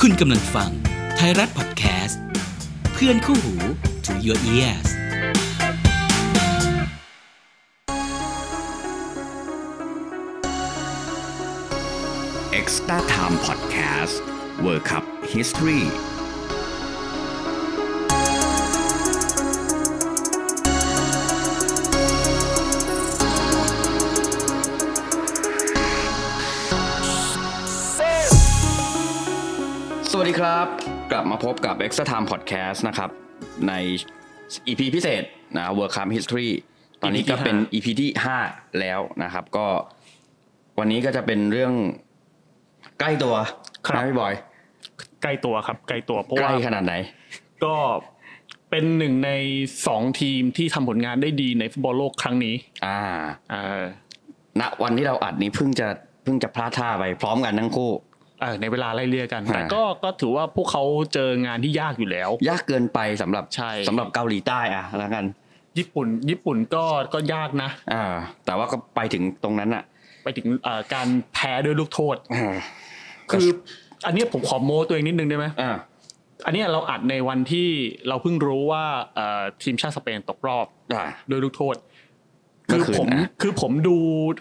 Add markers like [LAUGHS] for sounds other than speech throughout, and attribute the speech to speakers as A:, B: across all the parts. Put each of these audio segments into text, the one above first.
A: คุณกำลังฟังไทยรัฐพอดแคสต์เพื่อนคู่หู to your ears
B: เอ็กซ์ต้าไทม์พอดแคสต์เวิร์คัพฮิสตรีสวัสดีครับ กลับมาพบกับ Extra Time Podcast นะครับ ใน EP พิเศษนะ World Cup History ตอนนี้ก็เป็น EP ที่ 5 แล้วนะครับ ก็ วันนี้ก็จะเป็นเรื่องใกล้ตัว
C: ครับ
B: นะพี่บอย
C: ใกล้ตัวครับใกล้ตัวเพราะ
B: ใกล้
C: ว่า
B: ขนาดไหน
C: ก็เป็นหนึ่งในสองทีมที่ทำผลงานได้ดีในฟุตบอลโลกครั้งนี้
B: อ่า
C: อ่า
B: ณวันที่เราอัดนี้เพิ่งจะเพิ่งจะพลาดท่าไปพร้อมกันทั้งคู่
C: เอ่อในเวลาไล่เลี่ยกัน
B: อ่า
C: แต่ก็ก็ถือว่าพวกเขาเจองานที่ยากอยู่แล้ว
B: ยากเกินไปสำหรับ
C: ใช่
B: สำหรับเกาหลีใต้อะแล้วกัน
C: ญี่ปุ่น ญี่ปุ่นก็ก็ยากนะ
B: อ่า แต่ว่าก็ไปถึงตรงนั้นอะ
C: ไปถึงเอ่อการแพ้ด้วยลูกโทษ
B: อ่า
C: คือ อันเนี้ยผมขอโม้ตัวเองนิดนึงได้ไหม
B: อ่า
C: อันเนี้ยเราอัดในวันที่เราเพิ่งรู้ว่าเอ่อทีมชาติสเปนตกรอบ
B: อ่า
C: ด้วยลูกโทษ
B: ก็
C: คื
B: คื
C: อ
B: อ
C: ผม
B: นะ
C: คือผมดู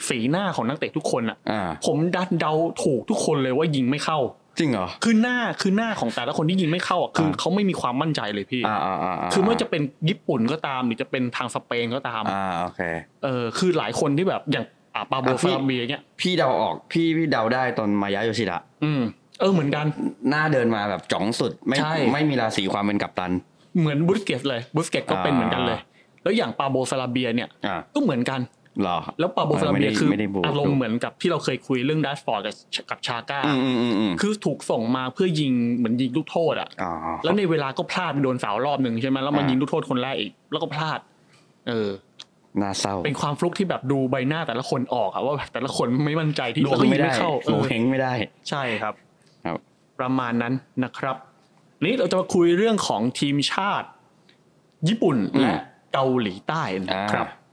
C: สีหน้าของนักเตะทุกคนอะ
B: อ่า
C: ผมดันเดาถูกทุกคนเลยว่ายิงไม่เข้า
B: จริงเหรอ
C: คือหน้าคือหน้าของแต่ละคนที่ยิงไม่เข้าอ่ะคืออา เขาไม่มีความมั่นใจเลยพี่
B: อ่าอ่าอ่าา
C: คือไม่ว่าจะเป็นญี่ปุ่นก็ตาม หรือจะเป็นทางสเปนก็ตาม
B: อ่าโอเค
C: เออคือหลายคนที่แบบอย่างอ่ะปาโบ
B: อ่ะพี่
C: ฟาเบียเงี้ย
B: พี่เดาออกพี่พี่เดาได้ตอนมายะโยชิดะ
C: อืม เออเหมือนกัน
B: หน้าเดินมาแบบจ๋องสุดไม่
C: ใช่
B: ไม่มีราศีความเป็นกัปตัน
C: เหมือนบุสเกตเลยบุสเกตก็เป็น
B: อ่า
C: เหมือนกันเลย แล้วอย่างปาโบฟาเบียเนี่ย
B: อ่า
C: ก็เหมือนกัน
B: เหรอ
C: แล้วปาโบฟา
B: ไม่
C: เบี
B: ได้
C: ยคือ
B: ไม่ได้บู๊
C: อารมณ์เหมือนกับที่เราเคยคุยเรื่องดัชฟอร์ดกับกับชาก้า
B: อืมอืมอืมอืม
C: คือถูกส่งมาเพื่อยิงเหมือนยิงลูกโทษอ่ะ
B: อ๋อ
C: แล้วในเวลาก็พลาดไปโดนเสารอบหนึ่งใช่ไหมแล้วมา
B: อ่ายิ
C: ยิงลูกโทษคนแรกอีก แล้วก็พลาด เออ
B: น่าเศร้า
C: เป็นความฟลุกที่แบบดูใบหน้าแต่ละคนออกอะว่า [LAUGHS] แบบแต่ละคนไม่มั่นใจที่
B: ดวง
C: แล้วก็ยิง
B: ไม่ได้
C: ไม่เข้าเอ
B: ดวง
C: อ
B: เฮงไม่ได้
C: ใช่ครับ
B: ครับ
C: ประมาณนั้นนะครับวันนี้เราจะมาคุยเรื่องของทีมชาติ ญี่ปุ่น
B: อืม
C: และเกาหลีใต้นะครับ
B: อ่า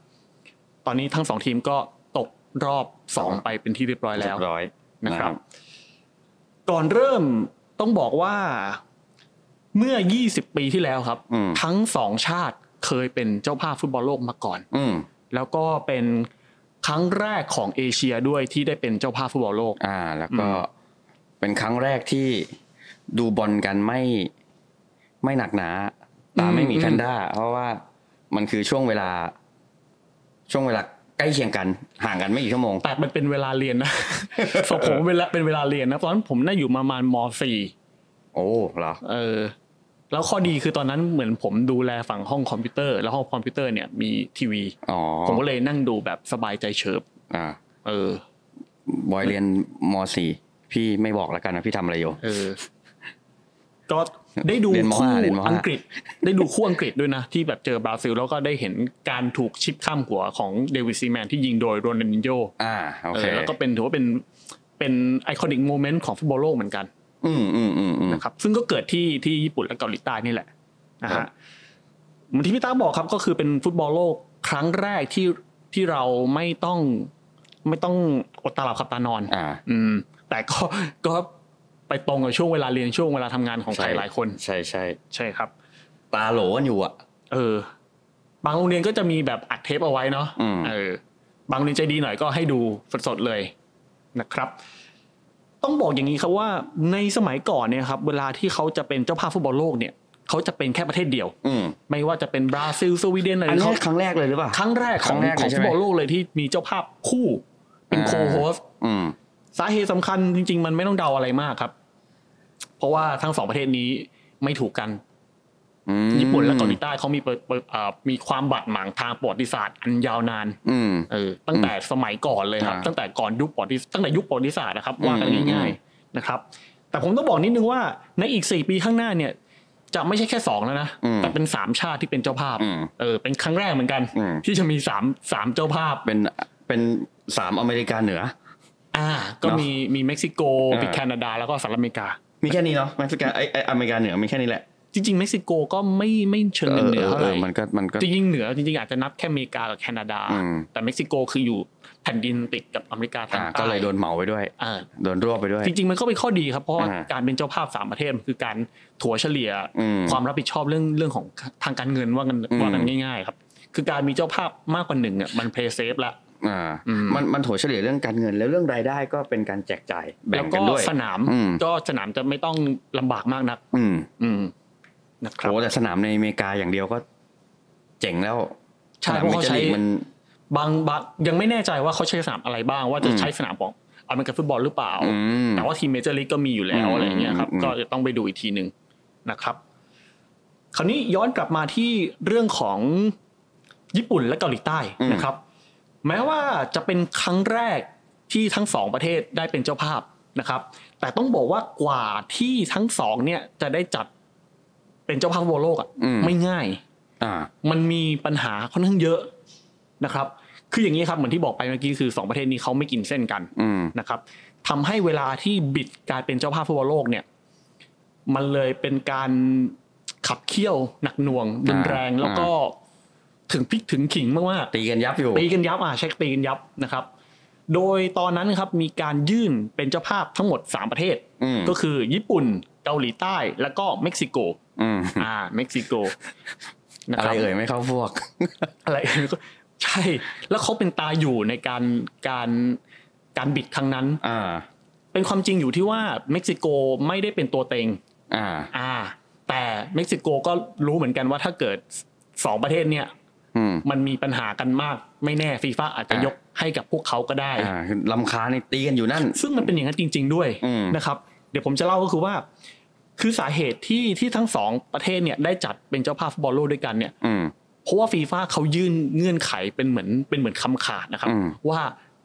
C: ตอนนี้ทั้งสองทีมก็ตกรอบสองไปเป็นที่เรียบร้อยแล้ว
B: เรียบร้อย
C: นะครับ ก่อนเริ่มต้องบอกว่าเมื่อ 20 ปีที่แล้วครับ
B: อืม
C: ทั้งสองชาติเคยเป็นเจ้าภาพฟุตบอลโลกมาก่อน
B: อืม
C: แล้วก็เป็นครั้งแรกของเอเชียด้วยที่ได้เป็นเจ้าภาพฟุตบอลโลก
B: อ่า แล้วก็
C: อืม
B: เป็นครั้งแรกที่ดูบอลกันไม่ไม่หนักหนา ตาไม่มีแพนด้า เพราะว่ามันคือช่วงเวลา ช่วงเวลาใกล้เคียงกัน ห่างกันไม่กี่ชั่วโมง
C: แต่มันเป็นเวลาเรี
B: [LAUGHS]
C: ยนนะ สำหรับผมเวลาเป็นเวลาเรียนนะตอนนั้นผมน่าอยู่ประมาณมสี่
B: โอ้เหรอ
C: เออ แล้วข้อดีคือตอนนั้นเหมือนผมดูแลฝั่งห้องคอมพิวเตอร์ แล้วห้องคอมพิวเตอร์เนี่ยมีทีวี
B: อ๋อ
C: ผมก็เลยนั่งดูแบบสบายใจเฉิบ
B: อ่า
C: เออ
B: บอยเรียนมสี่พี่ไม่บอกแล้วกันนะพี่ทำอะไรอยู่
C: เออ ก็ได้ดู
B: เรียนม
C: คู่
B: ห้าเรียนมห้า
C: อังกฤษ ได้ดูคู่อังกฤษด้วยนะ ที่แบบเจอบราซิล แล้วก็ได้เห็นการถูกชิปข้ามหัวของเดวิดซีแมนที่ยิงโดยโรนัลดินโญ
B: อ่า โอ
C: เอ
B: เค
C: อแล้วก็เป็นถือว่าเป็นเป็นไอคอนิกโมเมนต์ของฟุตบอลโลกเหมือนกัน
B: อืมอืมอืมอืม
C: นะครับ ซึ่งก็เกิดที่ที่ญี่ปุ่นและเกาหลีใต้นี่แหละนะ
B: ครั
C: ฮะ
B: บ
C: เหมือนที่พี่ต้าบอกครับก็คือเป็นฟุตบอลโลกครั้งแรกที่ที่เราไม่ต้องไม่ต้องอดตาหลับขับตานอน
B: อ่า
C: อืมแต่ก็ก็ไปตรงกับช่วงเวลาเรียนช่วงเวลาทำงานของใคร
B: ใช่
C: หลายคน
B: ใช่ใช่
C: ใช่ครับ
B: ตาโหลกันอยู่อ่ะ
C: เออ บางโรงเรียนก็จะมีแบบอัดเทปเอาไว้เนาะ
B: อืม
C: เออ บางโรงเรียนใจดีหน่อยก็ให้ดูสดๆเลยนะครับ ต้องบอกอย่างนี้ครับว่าในสมัยก่อนเนี่ยครับ เวลาที่เขาจะเป็นเจ้าภาพฟุตบอลโลกเนี่ยเขาจะเป็นแค่ประเทศเดียว
B: อืม
C: ไม่ว่าจะเป็นบราซิลสวีเดนอะไร
B: อันนี้
C: เขา
B: ครั้งแรกเลยหรือเปล่า
C: ครั้งแรกข
B: ค
C: อง
B: รั้งแรกเลย
C: ของ
B: ใช่
C: ฟุ
B: ไหม
C: ตบอลโลกเลยที่มีเจ้าภาพคู่เป็นโคโฮส
B: อืม
C: สาเหตุสำคัญจริง ๆ มันไม่ต้องเดาอะไรมากครับ เพราะว่าทั้งสองประเทศนี้ไม่ถูกกัน
B: อืม
C: ญี่ปุ่นและเกาหลีใต้เขามีเปิดเปิดอ่ามีความบาดหมางทางประวัติศาสตร์อันยาวนาน
B: อืม
C: เออตั้งแต่สมัยก่อนเลยครับ
B: อ่า
C: ตั้งแต่ก่อนยุคประวัติตั้งแต่ยุคประวัติศาสตร์นะครับว่ากัน
B: อืม
C: ง่ายๆนะครับ แต่ผมต้องบอกนิดนึงว่าในอีกสี่ปีข้างหน้าเนี่ย จะไม่ใช่แค่สองแล้วนะแต่เป็นสามชาติที่เป็นเจ้าภาพ
B: อืม
C: เออเป็นครั้งแรกเหมือนกัน
B: อืม
C: ที่จะมีสามสามเจ้าภาพ
B: เป็นเป็นสามอเมริกาเหนือ
C: อ่า ก็
B: เนอะ
C: มีมีเม็กซิโก
B: อ่า
C: มีแคนาดาแล้วก็สหรัฐอเมริกา
B: มีแค่นี้เนาะเม็กซิกาไอไออเมริกาเหนือมีแค่นี้แหละ
C: จริงๆเม็กซิโกก็ไม่ไม่เชิงเหนือเท่าไหร่
B: มันก็มันก็
C: จริงๆเหนือจริงๆอาจจะนับแค่อเมริกากับแคนาดา
B: อืม
C: แต่เม็กซิโกคืออยู่ แผ่นดินติดกับอเมริกาทาง
B: อ่า
C: ใต้
B: ก็เลยโดนเหมาไปด้วย
C: อ่า
B: โดนรวบไปด้วย
C: จริงๆมันก็เป็นข้อดีครับเพราะว่า
B: อ่า
C: การเป็นเจ้าภาพสามประเทศมันคือการถัวเฉลี่ย
B: อืม
C: ความรับผิดชอบเรื่องเรื่องของทางการเงินว่ากัน
B: อืม
C: ว่ากันง่ายๆครับ คือการมีเจ้าภาพมากกว่าหนึ่งอ่ะมันเพย์เซฟละ
B: อ่า
C: อืม
B: มันมันถัวเฉลี่ยเรื่องการเงินแล้วเรื่องรายได้ก็เป็นการแจกจ่ายแบ่
C: แล้ว
B: ง
C: ก็
B: กันด้วย
C: สนาม
B: อืม
C: ก็สนามจะไม่ต้องลำบากมากนัก
B: อืม
C: อืมนะครับ
B: โอ้แต่สนามในอเมริกาอย่างเดียวก็ เจ๋งแล้ว
C: ใช่
B: สนม
C: เพราะเขา
B: จอร์ลีก
C: ใช้
B: มัน
C: บางบางยังไม่แน่ใจว่าเขาใช้สนามอะไรบ้าง ว่าจะ
B: อืม
C: ใช้สนามของอเมริกันฟุตบอลหรือเปล่า
B: อืม
C: แต่ว่าทีมเมเจอร์ลีกก็มีอยู่แล้ว
B: อืม
C: อะไรอย่างเงี้ยครับ
B: อืม
C: ก็จะต้องไปดูอีกทีหนึ่งนะครับ คราวนี้ย้อนกลับมาที่เรื่องของญี่ปุ่นและเกาหลีใต้นะครับ แม้ว่าจะเป็นครั้งแรกที่ทั้งสองประเทศได้เป็นเจ้าภาพนะครับ แต่ต้องบอกว่ากว่าที่ทั้งสองเนี่ยจะได้จัดเป็นเจ้าภาพฟุตบอลโลกอ่ะ
B: อืม
C: ไม่ง่าย
B: อ่า
C: มันมีปัญหาค่อนข้างเยอะนะครับ คืออย่างนี้ครับเหมือนที่บอกไปเมื่อกี้คือสองประเทศนี้เขาไม่กินเส้นกัน
B: อืม
C: นะครับทำให้เวลาที่บิดกลายเป็นเจ้าภาพฟุตบอลโลกเนี่ย มันเลยเป็นการขับเคี่ยวหนักหน่วงรุนแรง
B: อ่า
C: แล้วก็ถึงพลิกถึงขิงมาก
B: ตีกันยับอยู่
C: ๆตีกันยับอ่ะเช็คตีกันยับนะครับ โดยตอนนั้นครับมีการยื่นเป็นเจ้าภาพทั้งหมด 3 ประเทศ
B: อืม
C: ก็คือญี่ปุ่นเกาหลีใต้แล้วก็เม็กซิโก
B: อืม
C: อ่าเม็กซิโกนะ
B: อะ
C: ค
B: ไร
C: บ
B: เอ่ยไม่เข้าพวก
C: อะไร [LAUGHS] ใช่ แล้วเขาเป็นตาอยู่ในการการการบิดครั้งนั้น
B: อ่า
C: เป็นความจริงอยู่ที่ว่าเม็กซิโกไม่ได้เป็นตัวเต็ง
B: อ่า
C: อ่า แต่เม็กซิโกก็รู้เหมือนกันว่าถ้าเกิดสองประเทศเนี่ย
B: อืม
C: มันมีปัญหากันมาก ไม่แน่ฟีฟ่าอาจจะ
B: อ่ะ
C: ยกให้กับพวกเขาก็ได้
B: อ่าคือลำค้าญนี่ตีกันอยู่นั่น
C: ซึ่งมันเป็นอย่างนั้นจริง ๆ ด้วย
B: อืม
C: นะครับ เดี๋ยวผมจะเล่าก็คือว่า คือสาเหตุที่ที่ทั้งสองประเทศเนี่ยได้จัดเป็นเจ้าภาพฟุตบอลโลกด้วยกันเนี่ย
B: อืม
C: เพราะว่าฟีฟ่าเขายื่นเงื่อนไขเป็นเหมือนเป็นเหมือนคำขาดนะครับ
B: อืม
C: ว่า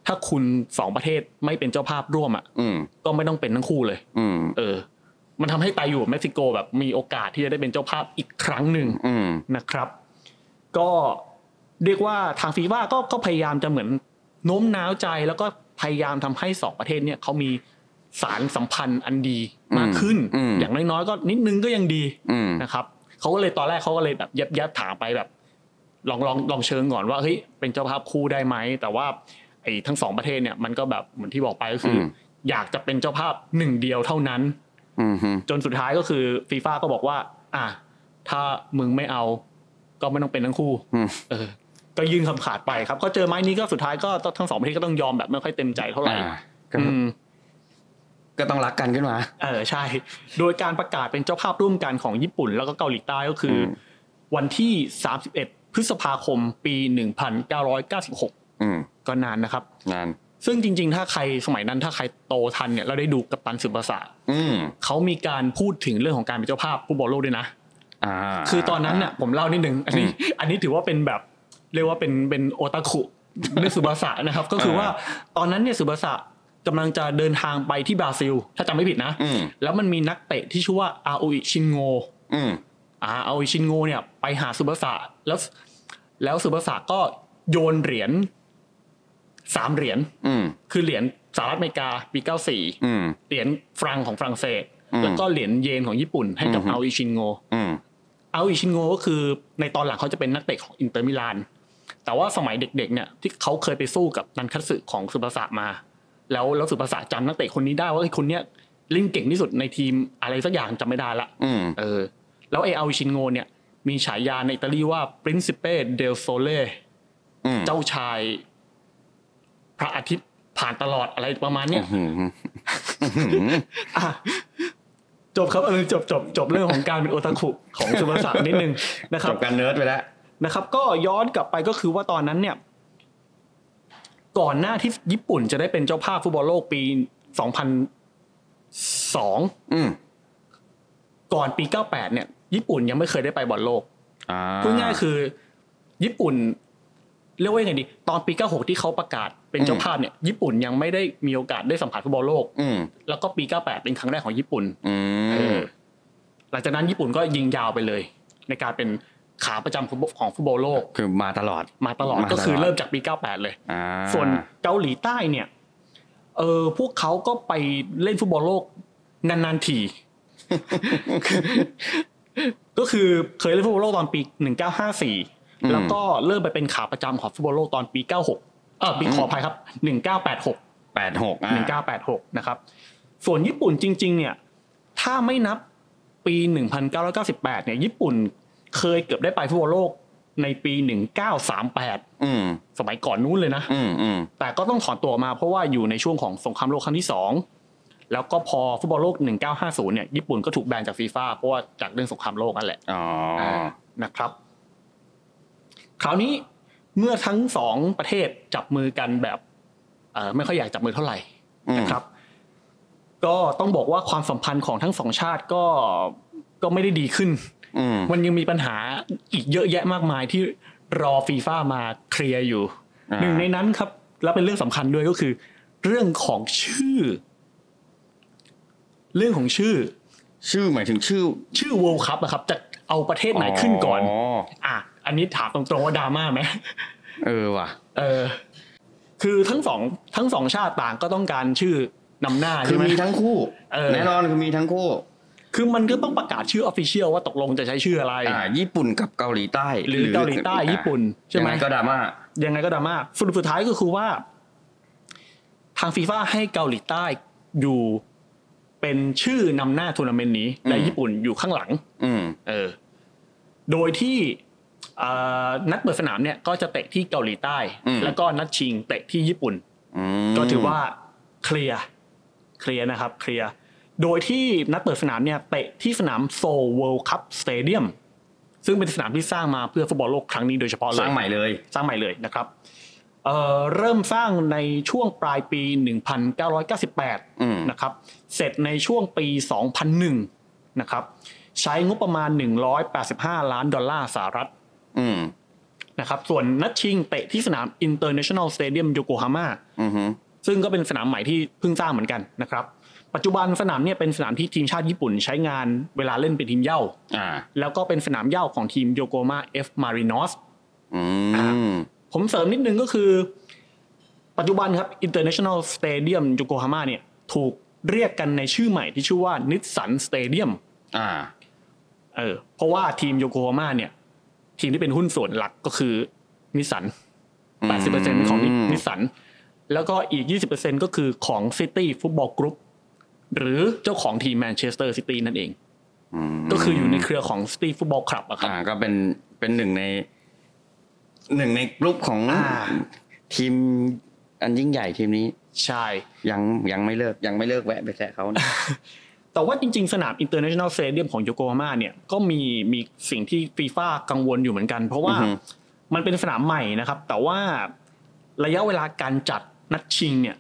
C: ถ้าคุณสองประเทศไม่เป็นเจ้าภาพร่วมอ่ะ
B: อืม
C: ก็ไม่ต้องเป็นทั้งคู่เลย
B: อืม
C: เออ มันทำให้ไตอยู่กับเม็กซิโกแบบมีโอกาสที่จะได้เป็นเจ้าภาพอีกครั้งหนึ่ง
B: อืม
C: นะครับ ก็เรียกว่าทางฟีฟ่าก็ก็พยายามจะเหมือนโน้มน้าวใจ แล้วก็พยายามทำให้สองประเทศเนี่ยเขามีสารสัมพันธ์อันดีมากขึ้น
B: อืม
C: อย่างน้อยๆก็นิดนึงก็ยังดี
B: อืม
C: นะครับเขาก็เลยตอนแรกเขาก็เลยแบบยับยับถามไปแบบ ลองลองลองเชิงก่อนว่าเฮ้ยเป็นเจ้าภาพคู่ได้ไหมแต่ว่าไอ้ทั้งสองประเทศเนี่ยมันก็แบบเหมือนที่บอกไปก็คืออ
B: ม
C: อยากจะเป็นเจ้าภาพหนึ่งเดียวเท่านั้น
B: อืมอืม
C: จนสุดท้ายก็คือฟีฟ่าก็บอกว่า อ่ะถ้ามึงไม่เอา ก็ไม่ต้องเป็นทั้งคู่
B: อืม
C: เออ ก็ยื่นคำขาดไปครับก็เจอไม้นี้ก็สุดท้ายก็ทั้งสองประเทศก็ต้องยอมแบบไม่ค่อยเต็มใจเท่าไหร่
B: อ่าก็
C: อืม
B: ก็ต้องรักกันขึ้นมา
C: เออใช่ โดยการประกาศเป็นเจ้าภาพร่วมกันของญี่ปุ่นแล้วก็เกาหลีใต้ก็คืออ
B: ม
C: วันที่ 31 พฤษภาคมปี 1996
B: อืม
C: ก็นานนะครับ
B: นาน
C: ซึ่งจริง ๆ ถ้าใครสมัยนั้นถ้าใครโตทันเนี่ยเราได้ดูกัปตันสืบภาษา
B: อืม
C: เขามีการพูดถึงเรื่องของการเป็นเจ้าภาพฟุตบอลโลกด้วยนะ
B: อ่า
C: คือตอนนั้นน่ะผมเล่านิดนึงอันนี้อันนี้ถือว่าเป็นแบบเรียกว่าเป็นเป็นโอตาคุเรื่องสุบาสะนะครับ ก็คือว่าตอนนั้นเนี่ยสุบาสะกำลังจะเดินทางไปที่บราซิล ถ้าจำไม่ผิดนะ
B: อืม
C: แล้วมันมีนักเตะที่ชื่อว่าอาโออิชินโง
B: อืม
C: อาโออิชินโงเนี่ยไปหาสุบาสะแล้วแล้วสุบาสะก็โยนเหรียญสามเหรียญ
B: อืม
C: คือเหรียญสหรัฐอเมริกาปีเก้าสี่
B: อืม
C: เหรียญฟรังของฝรั่งเศส
B: อืม
C: แล้วก็เหรียญเยนของญี่ปุ่นให้กับอาโออิชินโง
B: อืม
C: เอาอิชินโงก็คือในตอนหลังเขาจะเป็นนักเตะของอินเตอร์มิลาน แต่ว่าสมัยเด็กๆเนี่ยที่เขาเคยไปสู้กับนันคัตสึของสุภาษะมา แล้วแล้วสุภาษะจำนักเตะคนนี้ได้ว่าไอ้ยคนเนี้ยเล่นเก่งที่สุดในทีมอะไรสักอย่างจำไม่ได้ละ
B: อืม
C: เออ แล้วไอเอาอิชินโงเนี่ยมีฉายาในอิตาลีว่า Principe del Sole
B: อืม
C: เจ้าชาย พระอาทิตย์ผ่านตลอดอะไรประมาณเนี้ย
B: อืม
C: อ่ะจบครับเออจบจบจบเรื่องของการเป็นโอตาคุของสุภาษะนิดนึงนะค
B: จ
C: รับ
B: บการเนิร์ดไปแล้ว
C: นะครับก็ย้อนกลับไปก็คือว่าตอนนั้นเนี่ย ก่อนหน้าที่ญี่ปุ่นจะได้เป็นเจ้าภาพฟุตบอลโลกปี 2002
B: อืม
C: ก่อนปี 98 เนี่ย ญี่ปุ่นยังไม่เคยได้ไปบอลโลก
B: อ่า
C: พูดง่ายๆคือ ญี่ปุ่นเรียกว่ายังไงดี ตอนปี 96 ที่เขาประกาศเป็นเจ้าภาพเนี่ย ญี่ปุ่นยังไม่ได้มีโอกาสได้สัมผัสฟุตบอลโลก
B: อืม
C: แล้วก็ปี 98 เป็นครั้งแรกของญี่ปุ่น
B: อื
C: เอ
B: ม
C: อหลังจากนั้นญี่ปุ่นก็ยิงยาวไปเลย ในการเป็นขาประจำของฟุตบอลโลก
B: คือมาตลอด
C: มาตลอด
B: มาตลอด
C: ก็คือเริ่มจากปี 98 เลย
B: อ่า
C: ส่วนเกาหลีใต้เนี่ย เออพวกเขาก็ไปเล่นฟุตบอลโลกนานๆ
B: [LAUGHS]
C: ที ก็คือเคยเล่นฟุตบอลโลกตอนปี 1954 แล้วก็เริ่มไปเป็นขาประจำของฟุตบอลโลกตอนปี 96 เออขออภัยครับหนึ่งเก้าแปดหก
B: แปดหกอ่ะ
C: 1986 นะครับ ส่วนญี่ปุ่นจริง ๆ เนี่ย ถ้าไม่นับปี 1998 เนี่ย ญี่ปุ่นเคยเกือบได้ไปฟุตบอลโลกในปี 1938
B: อืม
C: สมัยก่อนนู้นเลยนะ
B: อืมอืม
C: แต่ก็ต้องถอนตัวมาเพราะว่าอยู่ในช่วงของสงครามโลกครั้งที่ 2 แล้วก็พอฟุตบอลโลก 1950 เนี่ย ญี่ปุ่นก็ถูกแบนจากฟีฟ่าเพราะว่าจากเรื่องสงครามโลกนั่นแหละ
B: อ๋ออ
C: นะครับ คราวนี้เมื่อทั้งสองประเทศจับมือกันแบบเอ่อไม่ค่อยอยากจับมือเท่าไหร่
B: อืม
C: นะครับ ก็ต้องบอกว่าความสัมพันธ์ของทั้งสองชาติก็ก็ไม่ได้ดีขึ้น
B: อืม
C: มันยังมีปัญหาอีกเยอะแยะมากมายที่รอฟีฟ่ามาเคลียร์อยู่ หนึ่งในนั้นครับ แล้วเป็นเรื่องสำคัญด้วยก็คือ เรื่องของชื่อ เรื่องของชื่อ
B: ชื่อหมายถึงชื่อ
C: ชื่อ World Cup อะครับ จะเอาประเทศไหนขึ้นก่อน
B: อ
C: อ่ะ อันนี้ถามตรงๆว่าดราม่าไหม
B: เออว่ะ
C: เออ คือทั้งสองทั้งสองชาติต่างก็ต้องการชื่อนำหน้า
B: คื
C: ใช่
B: อ
C: ไหม
B: มีทั้งคู่
C: เออ
B: แน่นอนคือมีทั้งคู่
C: คือมันก็ต้องประกาศชื่อออฟฟิเชียลว่าตกลงจะใช้ชื่ออะไร
B: อ่า ญี่ปุ่นกับเกาหลีใต้
C: หรือเกาหลีใต้
B: อ่ะ
C: ญี่ปุ่นใช่ไหม
B: ยังงก็ดราม่า
C: ยังไงก็ดราม่าสรุปสุดท้ายก็คือว่า ทางฟีฟ่าให้เกาหลีใต้อยู่เป็นชื่อนำหน้าทัวร์นาเมนต์นี้ และ
B: อืม
C: ญี่ปุ่นอยู่ข้างหลัง
B: อืม
C: เออ โดยที่เอ่อนัดเปิดสนามเนี่ย ก็จะเตะที่เกาหลีใต้
B: อืม
C: แล้วก็นัดชิงเตะที่ญี่ปุ่น
B: อืม
C: ก็ถือว่าเคลียร์เคลียร์นะครับ เคลียร์โดยที่นัดเปิดสนามเนี่ยเตะที่สนามโซลเวิลด์คัพสเตเดียมซึ่งเป็นสนามที่สร้างมาเพื่อฟุตบอลโลกครั้งนี้โดยเฉพาะเล
B: ส
C: ย
B: ร้างใหม่เลย
C: สร้างใหม่เลยนะครับเอ่อเริ่มสร้างในช่วงปลายปี 1998
B: อืม
C: นะครับ เสร็จในช่วงปี 2001 นะครับ ใช้งบประมาณ 185 ล้านดอลลาร์สหรัฐ
B: อืม
C: นะครับส่วนนัดชิงเตะที่สนาม International Stadium Yokohama
B: อือฮึ
C: ซึ่งก็เป็นสนามใหม่ที่เพิ่งสร้างเหมือนกันนะครับ ปัจจุบันสนามเนี่ยเป็นสนามที่ทีมชาติญี่ปุ่นใช้งานเวลาเล่นเป็นทีมเหย้า
B: อ่า
C: แล้วก็เป็นสนามเหย้าของทีมโยโกมาเอฟมารินอส
B: อื
C: อ่ะ
B: ม
C: ผมเสริมนิดนึงก็คือ ปัจจุบันครับ International Stadium Yokohama เนี่ยถูกเรียกกันในชื่อใหม่ที่ชื่อว่านิสสันสเตเดียม
B: อ่า
C: เออเพราะว่าทีมโยโกฮาม่าเนี่ยทีมที่เป็นหุ้นส่วนหลักก็คือนิสสัน 80%ของนิสสัน แล้วก็อีก 20%ก็คือของ City Football Group หรือเจ้าของทีมแมนเชสเตอร์ซิตี้นั่นเอง ก็คืออยู่ในเครือของ City Football Club อะครับ
B: อ่าก็เป็นเป็นหนึ่งในหนึ่งในกลุ่มของ
C: อ่า
B: ทีมอันยิ่งใหญ่ทีมนี้
C: ใช่
B: ยังยังไม่เลิกยังไม่เลิกแวะไปแซะเขานะ
C: แต่ว่าจริงๆ สนาม International Stadium ของโยโกฮาม่าเนี่ย ก็มีมีสิ่งที่ฟีฟ่ากังวลอยู่เหมือนกัน เพราะว่า
B: อือฮึ
C: มันเป็นสนามใหม่นะครับ แต่ว่าระยะเวลาการจัดนัดชิงเนี่ย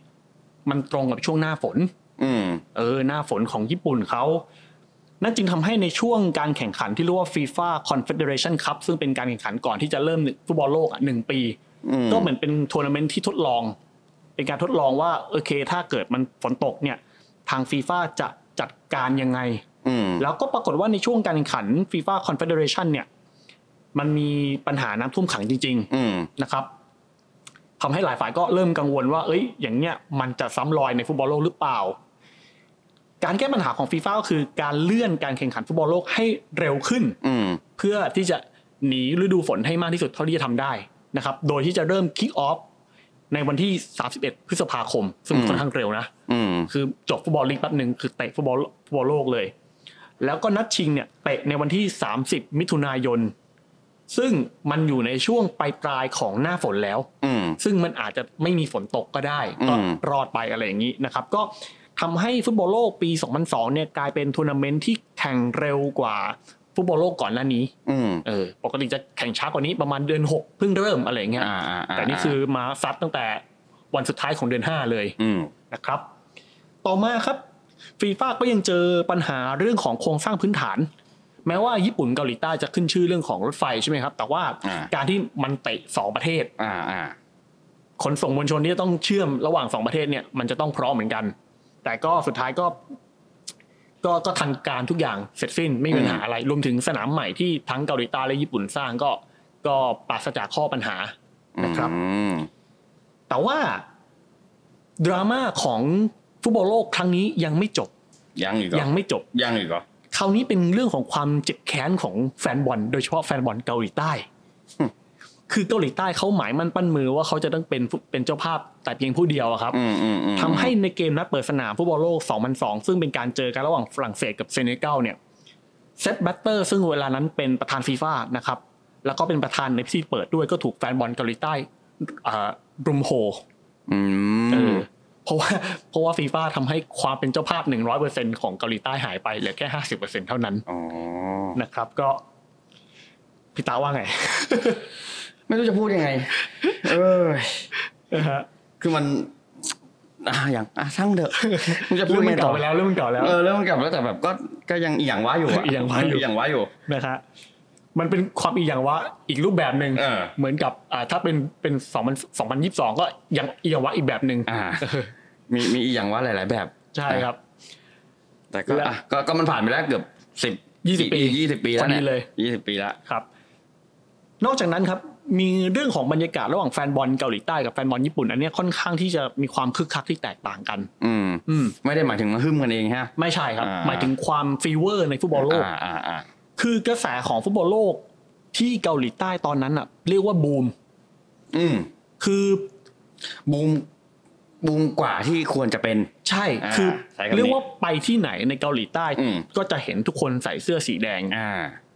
C: มันตรงกับช่วงหน้าฝน
B: อืม
C: เออหน้าฝนของญี่ปุ่นเขา นั่นจึงทำให้ในช่วงการแข่งขันที่เรียกว่า FIFA Confederation Cup ซึ่งเป็นการแข่งขันก่อนที่จะเริ่มฟุตบอลโลกอ่ะหนึ่งปี
B: อืม
C: ก็เหมือนเป็นทัวร์นาเมนต์ที่ทดลอง เป็นการทดลองว่าโอเค ถ้าเกิดมันฝนตกเนี่ย ทางฟีฟ่าจะจัดการยังไง
B: อืม
C: แล้วก็ปรากฏว่าในช่วงการแข่งขัน FIFA Confederation เนี่ย มันมีปัญหาน้ำท่วมขังจริง ๆ
B: อืม
C: นะครับทำให้หลายฝ่ายก็เริ่มกังวลว่า เอ้ย อย่างเนี้ยมันจะซ้ำรอยในฟุตบอลโลกหรือเปล่า การแก้ปัญหาของฟีฟ่าก็คือการเลื่อนการแข่งขันฟุตบอลโลกให้เร็วขึ้น
B: อืม
C: เพื่อที่จะหนีฤดูฝนให้มากที่สุดเท่าที่จะทำได้นะครับ โดยที่จะเริ่มคิกออฟในวันที่ 31 พฤษภาคม ซึ่ง
B: อืม
C: ค่อนข้างเร็วนะ
B: อืม
C: คือจบฟุตบอลลีกแป๊บหนึ่งคือเตะฟุตบอลฟุตบอลโลกเลย แล้วก็นัดชิงเนี่ยเตะในวันที่ 30 มิถุนายน ซึ่งมันอยู่ในช่วงปลายปลายๆของหน้าฝนแล้ว
B: อืม
C: ซึ่งมันอาจจะไม่มีฝนตกก็ได้ก็
B: อืม
C: รอดไปอะไรอย่างนี้นะครับ ก็ทำให้ฟุตบอลโลกปี 2002 เนี่ยกลายเป็นทัวร์นาเมนต์ที่แข่งเร็วกว่าฟุตบอลโลกก่อนหน้านี้
B: อืม
C: เออปกติจะแข่งช้ากว่านี้ประมาณเดือน 6 เพิ่งเริ่มอะไรอย่างเงี้ย
B: อ่าอ่าา
C: แต่นี่คือมาซัดตั้งแต่วันสุดท้ายของเดือน 5 เลย
B: อืม
C: นะครับ ต่อมาครับฟีฟ่าก็ยังเจอปัญหาเรื่องของโครงสร้างพื้นฐาน แม้ว่าญี่ปุ่นเกาหลีใต้จะขึ้นชื่อเรื่องของรถไฟใช่ไหมครับ แต่ว่า
B: อ่า
C: การที่มันเตะสองประเทศ
B: อ่าอ่า
C: ขนส่งมวลชนที่จะต้องเชื่อมระหว่างสองประเทศเนี่ยมันจะต้องพร้อมเหมือนกัน แต่ก็สุดท้ายก็ ก็ก็ทางการทุกอย่างเสร็จสิ้นไม่มีปัญหาอะไร รวมถึงสนามใหม่ที่ทั้งเกาหลีใต้และญี่ปุ่นสร้างก็ ก็ปราศจากข้อปัญหา
B: นะ
C: นะครับ
B: อืม
C: แต่ว่าดราม่าของฟุตบอลโลกครั้งนี้ยังไม่จบ
B: ยังอีกเหรอ
C: ยังไม่จบ
B: ยังอีกเหรอ
C: คราวนี้เป็นเรื่องของความเจ็บแค้นของแฟนบอล โดยเฉพาะแฟนบอลเกาหลีใต้ คือเกาหลีใต้เขาหมายมั่นปั้นมือว่าเขาจะต้องเป็นฟุเป็นเจ้าภาพแต่เพียงผู้เดียวอะครับ
B: อืมอืมอืม
C: ทำให้ในเกมนัดเปิดสนามฟุตบอลโลก 2002 ซึ่งเป็นการเจอกันระหว่างฝรั่งเศสกับเซเนกัลเนี่ยเซตแบตเตอร์ซึ่งเวลานั้นเป็นประธานฟีฟ่านะครับแล้วก็เป็นประธานในพิธีเปิดด้วยก็ถูกแฟนบอลเกาหลีใต้อ่ารุมโห
B: อื
C: เอ
B: ม
C: อเพราะว่าเพราะว่าฟีฟ่าทำให้ความเป็นเจ้าภาพ 100%ของเกาหลีใต้หายไปเหลือแค่ 50%เท่านั้น
B: อ๋อ
C: นะครับ ก็พี่ตาว่าไง [LAUGHS]
B: ไม่รู้จะพูดยังไง เออ
C: นะฮะ
B: คือมัน อ่ะอย่างอ่ะช่างเถ
C: [LAUGHS]
B: อะมึงจะพู
C: เรื่
B: ดไง
C: องมั
B: ต่
C: นเก่า
B: อ
C: ไปแล้วเรื่องมันเก่าแล้ว
B: เออเรื่องมันกลับแล้วแต่แบบก็ก็ยังอีหยังว้าอยู่อะ
C: [LAUGHS] อีหยังว้าอยู่
B: อีหยังว้าอยู่
C: นะฮะมันเป็นความอีกอย่างว่าอีกรูปแบบหนึ่ง
B: เออ
C: เหมือนกับอ่าถ้าเป็นเป็นสองพันสองพันยี่สิบสองก็ยังอีกอย่างว่าอีกแบบหนึ่ง
B: อ่า มีมีอีหยังว้าหลาย ๆ แบบ
C: ใช่ครับ
B: แต่ก็
C: และ
B: อ่ะก็ก็มันผ่านไปแล้วเกือบสิบ
C: 20ปี
B: ยี่สิบปีแล้ว
C: พอดีเลย
B: ยี่สิบปีละ
C: ครับ นอกจากนั้นครับ มีเรื่องของบรรยากาศระหว่างแฟนบอลเกาหลีใต้กับแฟนบอลญี่ปุ่นอันเนี้ยค่อนข้างที่จะมีความคึกคักที่แตกต่างกัน
B: อืม
C: อืม
B: ไม่ได้หมายถึงมาหึ่มกันเองฮะ
C: ไม่ใช่ครับ
B: อ่า
C: หมายถึงความฟีเวอร์ในฟุตบอลโลก
B: อ่าอ่าอ่า
C: คือกระแสของฟุตบอลโลกที่เกาหลีใต้ตอนนั้นอ่ะ เรียกว่าบูม
B: อืม
C: คือ
B: บูมบูมกว่าที่ควรจะเป็น
C: ใช่
B: อ่า
C: คือ
B: ใช้คำนี้
C: เรียกว่าไปที่ไหนในเกาหลีใต้
B: อืม
C: ก็จะเห็นทุกคนใส่เสื้อสีแดง
B: อ่า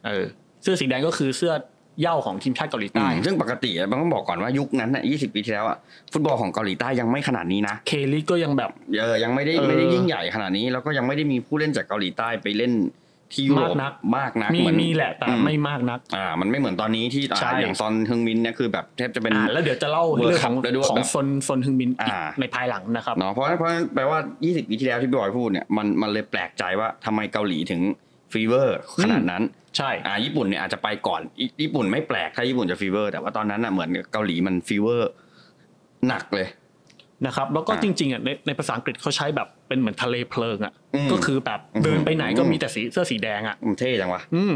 C: เออเสื้อสีแดงก็คือเสื้อเหย้าของทีมชาติเกาหลี
B: อื
C: ใต้
B: มซึ่งปกติอะมันต้องบอกก่อนว่ายุคนั้นน่ะยี่สิบปีที่แล้วอ่ะฟุตบอลของเกาหลีใต้ยังไม่ขนาดนี้นะ
C: เคลิกก็ยังแบบ
B: เออยังไม่ได้
C: เออ
B: ไม่ได้ยิ่งใหญ่ขนาดนี้ แล้วก็ยังไม่ได้มีผู้เล่นจากเกาหลีใต้ไปเล่นที่ยุโรป
C: มากนัก
B: มากนัก
C: มี
B: เหอน
C: มีแหละแต่
B: อื
C: ไม่มากนัก
B: อ่า มันไม่เหมือนตอนนี้ที่อ่า
C: ใช่
B: อย่างซอนฮึงมินเนี่ยคือแบบแทบจะเป็น
C: อ่าแล้วเดี๋ยวจะเล่า
B: เวิร์
C: เรื่อ
B: ล
C: ง
B: คั
C: ขอ
B: พ
C: ง
B: แล้วด้วย
C: ของ
B: แบบ
C: ซนซนฮึงมินอีก
B: อ่า
C: ในภายหลังนะครับ
B: เนาะเพราะฉะนั้นเพราะฉะนั้นแปลว่า 20 ปีที่แล้วที่พี่บอยพูดเนี่ยมันมันเลยแปลกใจว่าทำไมเกาหลีถึงฟีเวอร์ขนาดนั้น
C: ใช่
B: อ่าญี่ปุ่นเนี่ยอาจจะไปก่อนอิญี่ปุ่นไม่แปลกถ้าญี่ปุ่นจะฟีเวอร์แต่ว่าตอนนั้นน่ะเหมือนเกาหลีมันฟีเวอร์หนักเลย
C: นะครับ แล้วก็
B: อ่า
C: จริงๆอ่ะในในภาษาอังกฤษเขาใช้แบบเป็นเหมือนทะเลเพลิงอ่ะ
B: อืม
C: ก็คือแบบ
B: อืม
C: เดินไปไหนก็มีแต่สีเสื้อสีแดงอ่ะ
B: อืมเท่จังวะ
C: อืม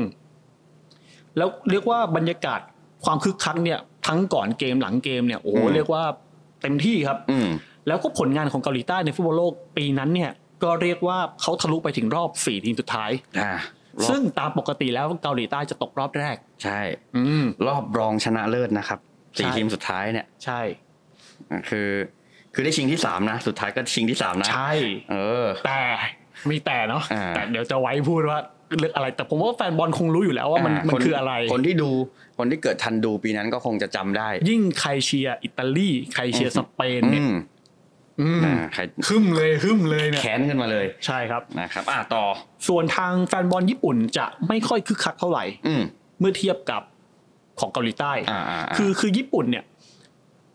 C: แล้วเรียกว่าบรรยากาศความคึกคักเนี่ย ทั้งก่อนเกมหลังเกมเนี่ยโอ้โหเรียกว่าเต็มที่ครับ
B: อืม
C: แล้วก็ผลงานของเกาหลีใต้ในฟุตบอลโลกปีนั้นเนี่ย ก็เรียกว่าเขาทะลุไปถึงรอบสี่ทีมสุดท้าย
B: อ่า รอ
C: ซึ่
B: บ
C: งตามปกติแล้วเกาหลีใต้จะตกรอบแรก
B: ใช่
C: อืม
B: รอบรองชนะเลิศนะครับสี่
C: ใช่
B: ทีมสุดท้ายเนี่ย
C: ใช่
B: คือ คือได้ชิงที่สามนะ สุดท้ายก็ชิงที่สามนะ
C: ใช่
B: เออ
C: แต่มีแต่เนาะ
B: อ่า
C: แต่เดี๋ยวจะไว้พูดว่าเรื่องอะไร แต่ผมว่าแฟนบอลคงรู้อยู่แล้วว่ามันมันคืออะไร
B: คนที่ดูคนที่เกิดทันดูปีนั้นก็คงจะจำได้
C: ยิ่งใครเชียร์อิตาลีใครเชียร์สเปน
B: อื
C: เนี่ย
B: ม
C: อืม
B: อ่าใคร
C: ขึ้มเลยขึ้มเลยเนี่ย
B: แค้นขึ้นมาเลย
C: ใช่ครับ
B: นะครับ อ่าต่อ
C: ส่วนทางแฟนบอลญี่ปุ่นจะไม่ค่อยคึกคักเท่าไหร่
B: อืม
C: เมื่อเทียบกับของเกาหลีใต้
B: อ่าอ่าา
C: คือคือญี่ปุ่นเนี่ย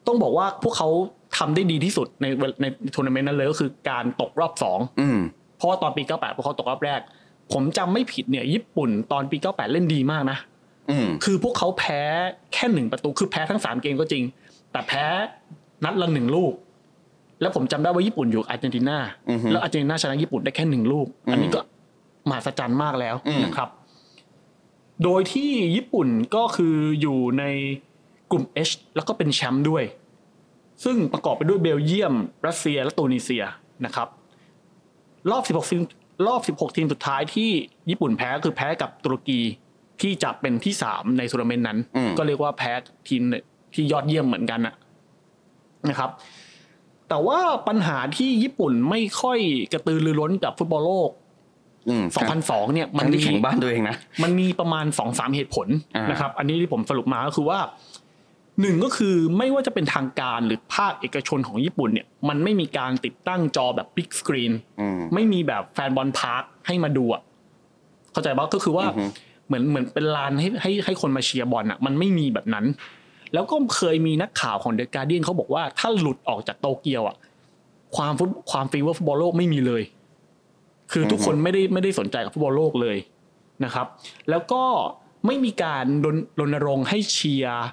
C: ต้องบอกว่าพวกเขาทำได้ดีที่สุดในเวลในทัวร์นาเมนต์นั้นเลยก็คือการตกรอบสอง
B: อืม
C: เพราะว่าตอนปี 98พวกเขาตกรอบแรก ผมจำไม่ผิดเนี่ย ญี่ปุ่นตอนปี 98 เล่นดีมากนะ
B: อืม
C: คือพวกเขาแพ้แค่หนึ่งประตู คือแพ้ทั้งสามเกมก็จริง แต่แพ้นัดละหนึ่งลูก แล้วผมจำได้ว่าญี่ปุ่นอยู่อาร์เจนตินา
B: อือฮึ
C: แล้วอาร์เจนตินาชนะญี่ปุ่นได้แค่หนึ่งลูก อันนี้ก็มหัศจรรย์มากแล้ว
B: อืม
C: นะครับ โดยที่ญี่ปุ่นก็คืออยู่ในกลุ่ม H แล้วก็เป็นแชมป์ด้วย ซึ่งประกอบไปด้วยเบลเยียม รัสเซีย และตูนิเซียนะครับ รอบ 16ทีมรอบ 16 ทีมสุดท้ายที่ญี่ปุ่นแพ้คือแพ้กับตุรกีที่จะเป็นที่ 3 ในทัวร์นาเมนต์นั้น
B: อืม
C: ก็เรียกว่าแพ้ทีมที่ยอดเยี่ยมเหมือนกันนะนะครับ แต่ว่าปัญหาที่ญี่ปุ่นไม่ค่อยกระตือรือร้นกับฟุตบอลโลก
B: อืม
C: 2002 เนี่ย
B: มั
C: มัน น
B: ที่
C: มี
B: แข่งบ้านตัวเองนะ
C: มันมีประมาณ 2-3 เหตุผล
B: อ่าน
C: นะครับ อันนี้ที่ผมสรุปมาก็คือว่าหนึ่งก็คือไม่ว่าจะเป็นทางการหรือภาคเอกชนของญี่ปุ่นเนี่ย มันไม่มีการติดตั้งจอแบบบิ๊กสกรีน
B: อืม
C: ไม่มีแบบแฟนบอลพาร์คให้มาดูอ่ะ เข้าใจปะก็คือว่า
B: อือฮึ
C: เหมือนเหมือนเป็นลานให้ให้ให้คนมาเชียร์บอลอ่ะ มันไม่มีแบบนั้น แล้วก็เคยมีนักข่าวของเดอะการ์เดียนเขาบอกว่าถ้าหลุดออกจากโตเกียวอ่ะ ความฟุตความฟีเวอร์ฟุตบอลโลกไม่มีเลย คือทุกคนไม่ได้ไม่ได้สนใจกับฟุตบอลโลกเลยนะครับ แล้วก็ไม่มีการรณรณรงค์ให้เชียร์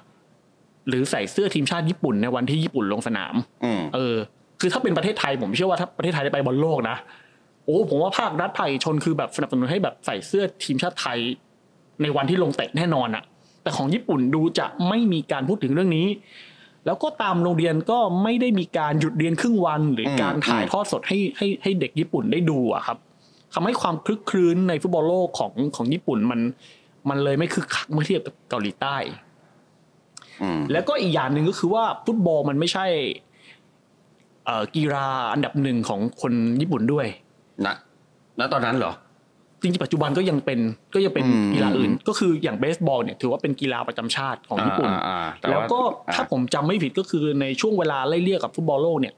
C: หรือใส่เสื้อทีมชาติญี่ปุ่นในวันที่ญี่ปุ่นลงสนาม
B: อืม
C: เออ คือถ้าเป็นประเทศไทยผมเชื่อว่าถ้าประเทศไทยได้ไปบอลโลกนะ โอ้ ผมว่าภาครัฐภาคเอกชนคือแบบสนับสนุนให้แบบใส่เสื้อทีมชาติไทย ในวันที่ลงเตะแน่นอนอะแต่ของญี่ปุ่นดูจะไม่มีการพูดถึงเรื่องนี้ แล้วก็ตามโรงเรียนก็ไม่ได้มีการหยุดเรียนครึ่งวันหรืออ
B: ม
C: การถ่าย
B: อืม
C: ทอดสดให้ให้ให้เด็กญี่ปุ่นได้ดูอะครับทำให้ความคลึกครื้นในฟุตบอลโลกของของญี่ปุ่นมัน มันเลยไม่คึกคักเมื่อเทียบกับเกาหลีใต้
B: อืม
C: แล้วก็อีกอย่างหนึ่งก็คือว่าฟุตบอลมันไม่ใช่เอ่อกีฬาอันดับหนึ่งของคนญี่ปุ่นด้วย
B: ณณตอนนั้นเหรอ
C: จริงๆปัจจุบันก็ยังเป็นก็ยังเป็น
B: อืม
C: กีฬาอื่น ก็คืออย่างเบสบอลเนี่ยถือว่าเป็นกีฬาประจำชาติของญี่ปุ่น
B: อ่าอ่าอ่าต่า
C: แล้วก็ถ้า
B: อ่
C: ผมจำไม่ผิดก็คือในช่วงเวลาไล่เลี่ยกับฟุตบอลโลกเนี่ย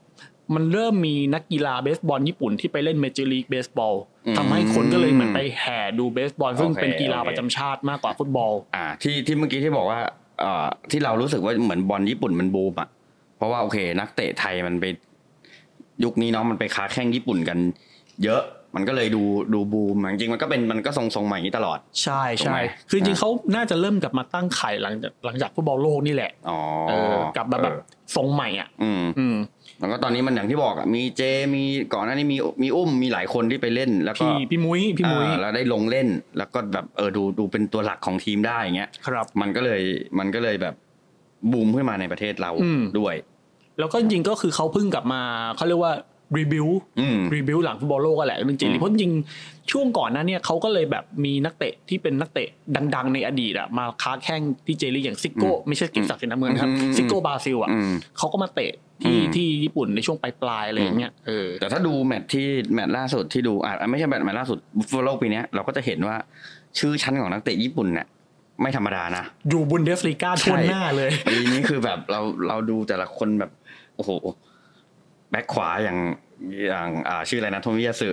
C: มันเริ่มมีนักกีฬาเบสบอลญี่ปุ่นที่ไปเล่นเมเจอร์ลีกเบสบอลทำให้คนก็เลยเหมือนไปแห่ดูเบสบอลซึ่งเป็นกีฬาประจำชาติมากกว่าฟุตบอล
B: อ่าที่ที่เมื่อกี้ที่บอกว่าเอ่อที่เรารู้สึกว่าเหมือนบอลญี่ปุ่นมันบูมอ่ะเพราะว่าโอเค นักเตะไทยมันไปยุคนี้เนาะมันไปค้าแข่งญี่ปุ่นกัน เยอะมันก็เลยดูดูบูมจริงๆมันก็เป็นมันก็ทรงทรงๆมาอย่างนี้ตลอด
C: ใช่
B: ถูก
C: ใช่
B: ไหม
C: คือจริงๆเขาน่าจะเริ่มกลับมาตั้งไข่หลังจากหลังจากฟุตบอลโลกนี่แหละ
B: อ๋อ
C: เออกลับมาแบบ
B: เออ
C: ทรงใหม่อ่ะ
B: อืม
C: อืม
B: แล้วก็ตอนนี้มันอย่างที่บอกอะมีเจมีก่อนหน้านี้มีมีอุ้มมีหลายคนที่ไปเล่น แล้วก็
C: พี่พี่มุ้ยพี่มุ้ย
B: อ่าแล้วได้ลงเล่น แล้วก็แบบเออดูดูเป็นตัวหลักของทีมได้อย่างเงี้ย
C: ครับ
B: มันก็เลยมันก็เลยแบบบูมขึ้นมาในประเทศเรา
C: อืม
B: ด้วย
C: แล้วก็จริงๆก็คือเขาเพิ่งกลับมาเขาเรียกว่ารีบิว
B: อืม
C: รีบิวหลังฟุตบอลโลกก็แหละจริง
B: อืม
C: ๆเพราะจริงๆช่วงก่อนหนั้นเนี่ยเขาก็เลยแบบมีนักเตะที่เป็นนักเตะดัง ๆ ในอดีตอะมาค้าแข้งที่เจลีกอย่างซิโก้ไม่ใช่กิจศักดิ์เสนาเมืองนะครับ
B: อืม
C: ซิโก้บราซิลอะ
B: อืม
C: เขาก็มาเตะที่
B: อืม
C: ที่ญี่ปุ่นในช่วงปลายๆอะไรอย่างเงี้ยเออ
B: แต่ถ้าดูแมตช์ที่แมตช์ล่าสุดที่ดูอาจไม่ใช่แมตช์แมตช์ล่าสุดฟุตบอลโลกปีเนี้ยเราก็จะเห็นว่าชื่อชั้นของนักเตะญี่ปุ่นเนี่ยไม่ธรรมดานะ
C: อยู่บุนเดสลีกา
B: ใช่
C: ทั่วหน้าเลย
B: ปีนี้คือแบบ [LAUGHS] เราเราดูแต่ละคนแบบ โอ้โหแบ็คขวาอย่างอย่างอ่าชื่ออะไรนะโทมิยาสึ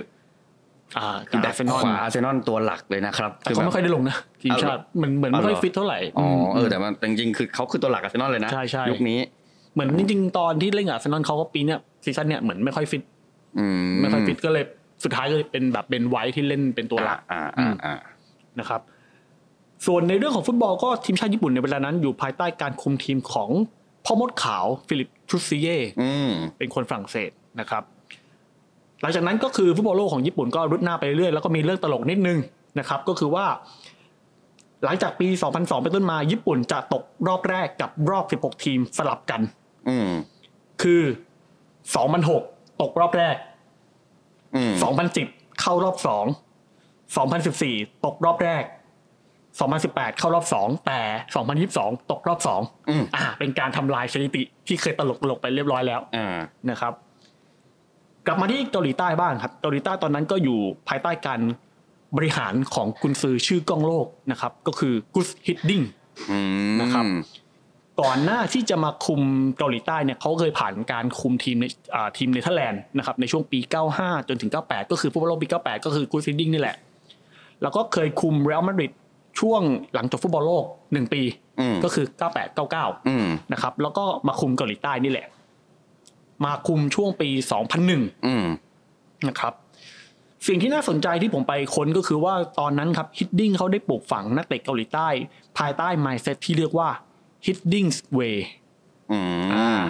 C: อ่า
B: แบ็ค
C: อาร์เซนอล
B: ขวาอาร์เซนอลตัวหลักเลยนะครับ
C: แต่เขาไม่ค่อย
B: แบบ
C: ได้ลงนะทีมชาติเหมือนเหมือน
B: เอา
C: ไม่
B: เหรอ
C: ค่อยฟิตเท่าไหร่
B: อ๋อ
C: ม
B: เออแต่มันจริงๆคือเขาคือตัวหลักอาร์เซนอลเลยนะ
C: ใช่ใช่
B: ยุคนี้
C: เหมือนจริงๆตอนที่เล่นกับอาร์เซนอลเขาก็ปีเนี้ยซีซั่นเนี่ยเหมือนไม่ค่อยฟิต
B: อืม
C: ไม่ค่อยฟิตก็เลยสุดท้ายก็เลยเป็นแบบเป็นไวท์ที่เล่นเป็นตัวหลัก
B: อ่าอ่าอ่า
C: นะครับ ส่วนในเรื่องของฟุตบอลก็ทีมชาติญี่ปุ่นในเวลานั้นอยู่ภายใต้การคุมทีมของพ่อมดขาวฟิลิปชุดซิเย่
B: อืม
C: เป็นคนฝรั่งเศสนะครับ หลังจากนั้นก็คือฟุตบอลโลกของญี่ปุ่นก็รุดหน้าไปเรื่อยแล้วก็มีเรื่องตลกนิดนึงนะครับ ก็คือว่า หลังจากปี 2002 เป็นต้นมาญี่ปุ่นจะตกรอบแรกกับรอบ 16 ทีมสลับกัน
B: อืม
C: คือ 2006 ตกรอบแรก
B: อืม
C: 2010 เข้ารอบสอง 2014 ตกรอบแรก 2018 เข้ารอบสอง แต่ 2022 ตกรอบสอง
B: อืม
C: อ่า เป็นการทำลายสถิติที่เคยตลกๆไปเรียบร้อยแล้ว
B: อ่า
C: นะครับ กลับมาที่เกาหลีใต้บ้างครับ เกาหลีใต้ตอนนั้นก็อยู่ภายใต้การบริหารของกุนซือชื่อก้องโลกนะครับ ก็คือกุสฮิดดิ้ง
B: อืม
C: นะครับ ก่อนหน้าที่จะมาคุมเกาหลีใต้เนี่ยเขาเคยผ่านการคุมทีมในอ่าทีมเนเธอร์แลนด์นะครับในช่วงปี 95 จนถึง 98 ก็คือฟุตบอลโลกปี 98 ก็คือกูซิดดิ้งนี่แหละ แล้วก็เคยคุมเรอัลมาดริดช่วงหลังจบฟุตบอลโลก 1 ปี
B: อืม
C: ก็คือ 98 99
B: อืม
C: นะครับแล้วก็มาคุมเกาหลีใต้นี่แหละ มาคุมช่วงปี 2001
B: อืม
C: นะครับสิ่งที่น่าสนใจที่ผมไปค้นก็คือว่าตอนนั้นครับฮิดดิ้งเขาได้ปลูกฝังนักเตะเกาหลีใต้ ภายใต้ mindset ที่เรียกว่า Hidding's way
B: อืมอ่า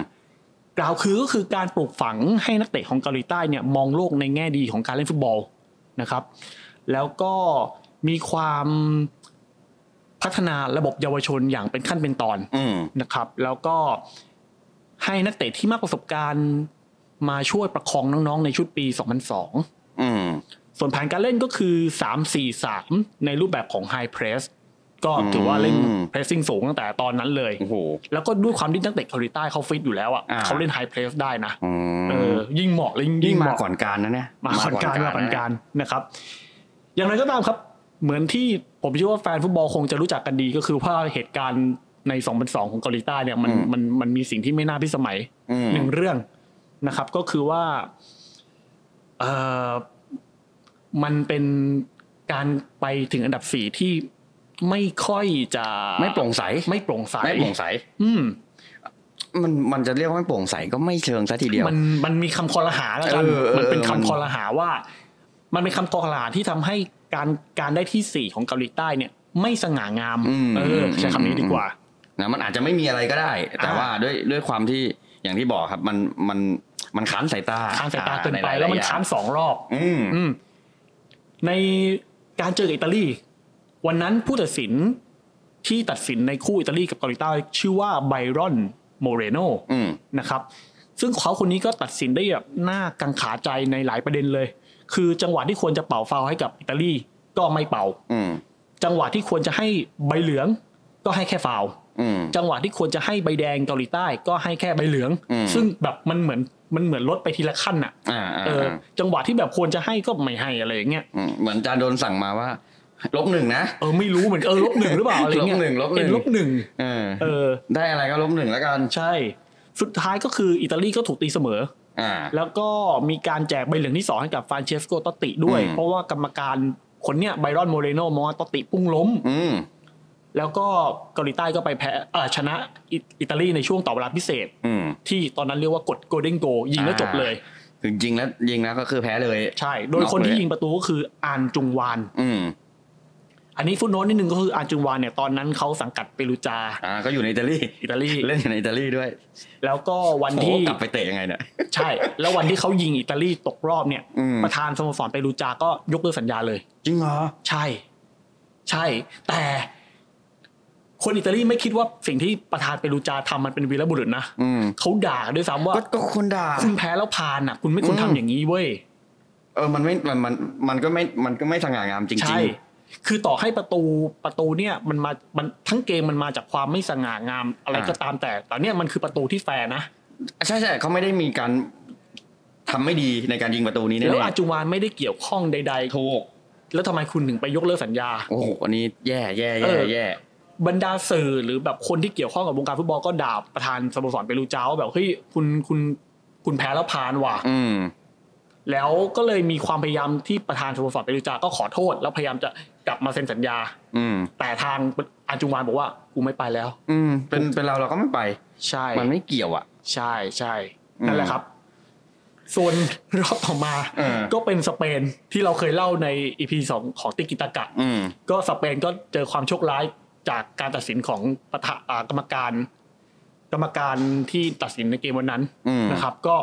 B: ก
C: ล่าวคือก็คือการปลูกฝังให้นักเตะของเกาหลีใต้เนี่ยมองโลกในแง่ดีของการเล่นฟุตบอลนะครับ แล้วก็มีความพัฒนาระบบเยาวชนอย่างเป็นขั้นเป็นตอน
B: อืม
C: นะครับแล้วก็ให้นักเตะที่มากประสบการณ์มาช่วยประคองน้องๆในชุดปี 2002
B: อืม
C: ส่วนแผนการเล่นก็คือ 3-4-3 ในรูปแบบของ High Press ก็ถือว่าเล่น
B: อืม
C: pressing สูงตั้งแต่ตอนนั้นเลย
B: โอ้โห
C: แล้วก็ด้วยความที่นักเตะเกาหลีใต้เขาฟิตอยู่แล้วอ่ะ
B: อ่า
C: เขาเล่น High Press ได้นะ
B: อืม
C: เออยิ่งเหมาะเลย
B: ยิ่
C: ยิ่
B: ง
C: ง
B: มา
C: เหมาะ
B: ก่อนการนะเนี่ย
C: มาก่อนการมาก่อน
B: นะ
C: การนะครับ อย่างไรก็ตามครับ เหมือนที่ผมเชื่อว่าแฟนฟุตบอลคงจะรู้จักกันดีก็คือว่าเหตุการณ์ใน 2002 ของเกาหลีใต้เนี่ยมันมันมันมีสิ่งที่ไม่น่าพิสมัย
B: อืม
C: หนึ่งเรื่องนะครับ ก็คือว่าเออมันเป็นการไปถึงอันดับสี่ที่ไม่ค่อยจะ
B: ไม่โปร่งใส
C: ไม่โปร่งใส
B: ไม่โปร่งใส
C: อืม
B: มันมันจะเรียกว่าไม่โปร่งใสก็ไม่เชิงซะทีเดียว
C: มันมันมีคำคอรหาแล้วกัน
B: เออเออ
C: มันเป็น
B: เออมัน
C: คำคอรหาว่า มันเป็นคำคอรหาที่ทำให้การการได้ที่สี่ของเกาหลีใต้เนี่ย ไม่สง่างาม
B: อืม
C: เออใช้คำนี้ดีกว่า
B: นะมันอาจจะไม่มีอะไรก็ได้ แต่
C: อ่า
B: ว่าด้วยด้วยความที่อย่างที่บอกครับมันมันมันค้านสายตา
C: ค้านสายตา
B: อ่
C: เกินไป
B: หยๆ
C: แล้วมัน
B: อย่ง
C: ค้านสองรอบ
B: อืม
C: อืมในการเจอกับอิตาลี วันนั้นผู้ตัดสินที่ตัดสินในคู่อิตาลีกับเกาหลีใต้ชื่อว่าไบรอนโมเรโน
B: อืม
C: นะครับ ซึ่งเขาคนนี้ก็ตัดสินได้แบบน่ากังขาใจในหลายประเด็นเลย คือจังหวะที่ควรจะเป่าฟาวล์ให้กับอิตาลีก็ไม่เป่า
B: อืม
C: จังหวะที่ควรจะให้ใบเหลืองก็ให้แค่ฟาวล์
B: อืม
C: จังหวะที่ควรจะให้ใบแดงเกาหลีใต้ก็ให้แค่ใบเหลือง
B: อืม
C: ซึ่งแบบมันเหมือนมันเหมือนลดไปทีละขั้นอ่ะ
B: อ่าอ่า
C: เออ
B: อ่า
C: จังหวะที่แบบควรจะให้ก็ไม่ให้อะไรอย่างเงี้ย
B: อืมเหมือนจานโดนสั่งมาว่าลบหนึ่งนะ
C: เออไม่รู้เหมือนกันเออลบหนึ่งหรือเปล่าอะไรเงี้
B: [LAUGHS] ล
C: ย
B: บหนึ่งลบหนึ่ง
C: เป็นลบหนึ่ง
B: เออ
C: เออ
B: ได้อะไรก็ลบหนึ่งแล้วกัน
C: ใช่ สุดท้ายก็คืออิตาลีก็ถูกตีเสมอ
B: อ่า
C: แล้วก็มีการแจกใบเหลืองที่สองให้กับฟรานเชสโกตอตติด้วย
B: อืม
C: เพราะว่ากรรมการคนเนี้ยไบรอนโมเรโนมองว่าตอตติพุ่งล้ม
B: อืม
C: แล้วก็เกาหลีใต้ก็ไปแพ้เอ่อชนะอิอิตาลีในช่วงต่อเวลาพิเศษ
B: อืม
C: ที่ตอนนั้นเรียกว่ากดโกลเด้นโกยิงแล้วจบเลย
B: จริงๆแล้วยิงนะก็คือแพ้เลย
C: ใช่ โดย
B: นอก
C: คนที่
B: เลย
C: ยิงประตูก็คืออานจุงวาน
B: อืม
C: อันนี้ฟุตโนตนิดนึงก็คืออานจุงวานเนี่ยตอนนั้นเขาสังกัดเปรูจา
B: อ่า ก็อยู่ในอิตาลี
C: อิตาลี
B: เล่นอยู่ในอิตาลีด้วย
C: แล้วก็วัน
B: โอ้โห
C: ที่
B: กลับไปเตะยังไงเนี่ย
C: ใช่ แล้ววันที่เขายิงอิตาลีตกรอบเนี่ย
B: อืม
C: ประธานสโมสรเปรูจาก็ยกเลิกสัญญาเลย
B: จริงเหรอ
C: ใช่ ใช่ แต่คนอิตาลีไม่คิดว่าสิ่งที่ประธานเปรูจาทำมันเป็นวีรบุรุษนะ
B: อืม
C: เขาด่ากันด้วยซ้ำว่า
B: ก็ก็คนด่า
C: คุณแพ้แล้วพานอ่ะ คุณไม่ควร
B: อืม
C: ทำอย่างนี้เว้ย
B: เออ มันไม่ มัน มัน มันก็ไม่ มันก็ไม่สง่างามจริงๆ
C: ใช่ คือต่อให้ประตูประตูเนี่ยมันมามันทั้งเกมมันมาจากความไม่สง่างามอะไรก็ตามแต่แต่เนี่ยมันคือประตูที่แฟร์นะ
B: ใช่ใช่เขาไม่ได้มีการทำไม่ดีในการยิงประตูนี้แน่
C: แล้ว
B: ๆ
C: อาจุวานไม่ได้เกี่ยวข้องใด ๆ
B: ถูก
C: แล้วทำไมคุณถึงไปยกเลิกสัญญา
B: โอ้โห อันนี้แย่แย่
C: เอ
B: แย่
C: อ
B: แย่
C: บรรดาสื่อหรือแบบคนที่เกี่ยวข้องกับวงการฟุตบอลก็ด่าประธานสโมสรเปรูจาว่าแบบเฮ้ยคุณคุณคุณแพ้แล้วพานว่ะ
B: อืม
C: แล้วก็เลยมีความพยายามที่ประธานสโมสรเปรูจาก็ขอโทษ แล้วพยายามจะกลับมาเซ็นสัญญา
B: อืม
C: แต่ทางอาจุงวานบอกว่ากูไม่ไปแล้ว
B: อืม เป็น เป็นเราเราก็ไม่ไป
C: ใช่
B: มันไม่เกี่ยวอ่ะ
C: ใช่ใช่
B: อืม
C: นั่นแหละครับ ส่วนรอบต่อมา
B: เออ
C: ก็เป็นสเปนที่เราเคยเล่าในอีพีสองของติกิตากะ
B: อืม
C: ก็สเปนก็เจอความโชคร้ายจากการตัดสินของประธาอ่ากรรมการ กรรมการที่ตัดสินในเกมวันนั้น
B: อืม
C: นะครับ ก็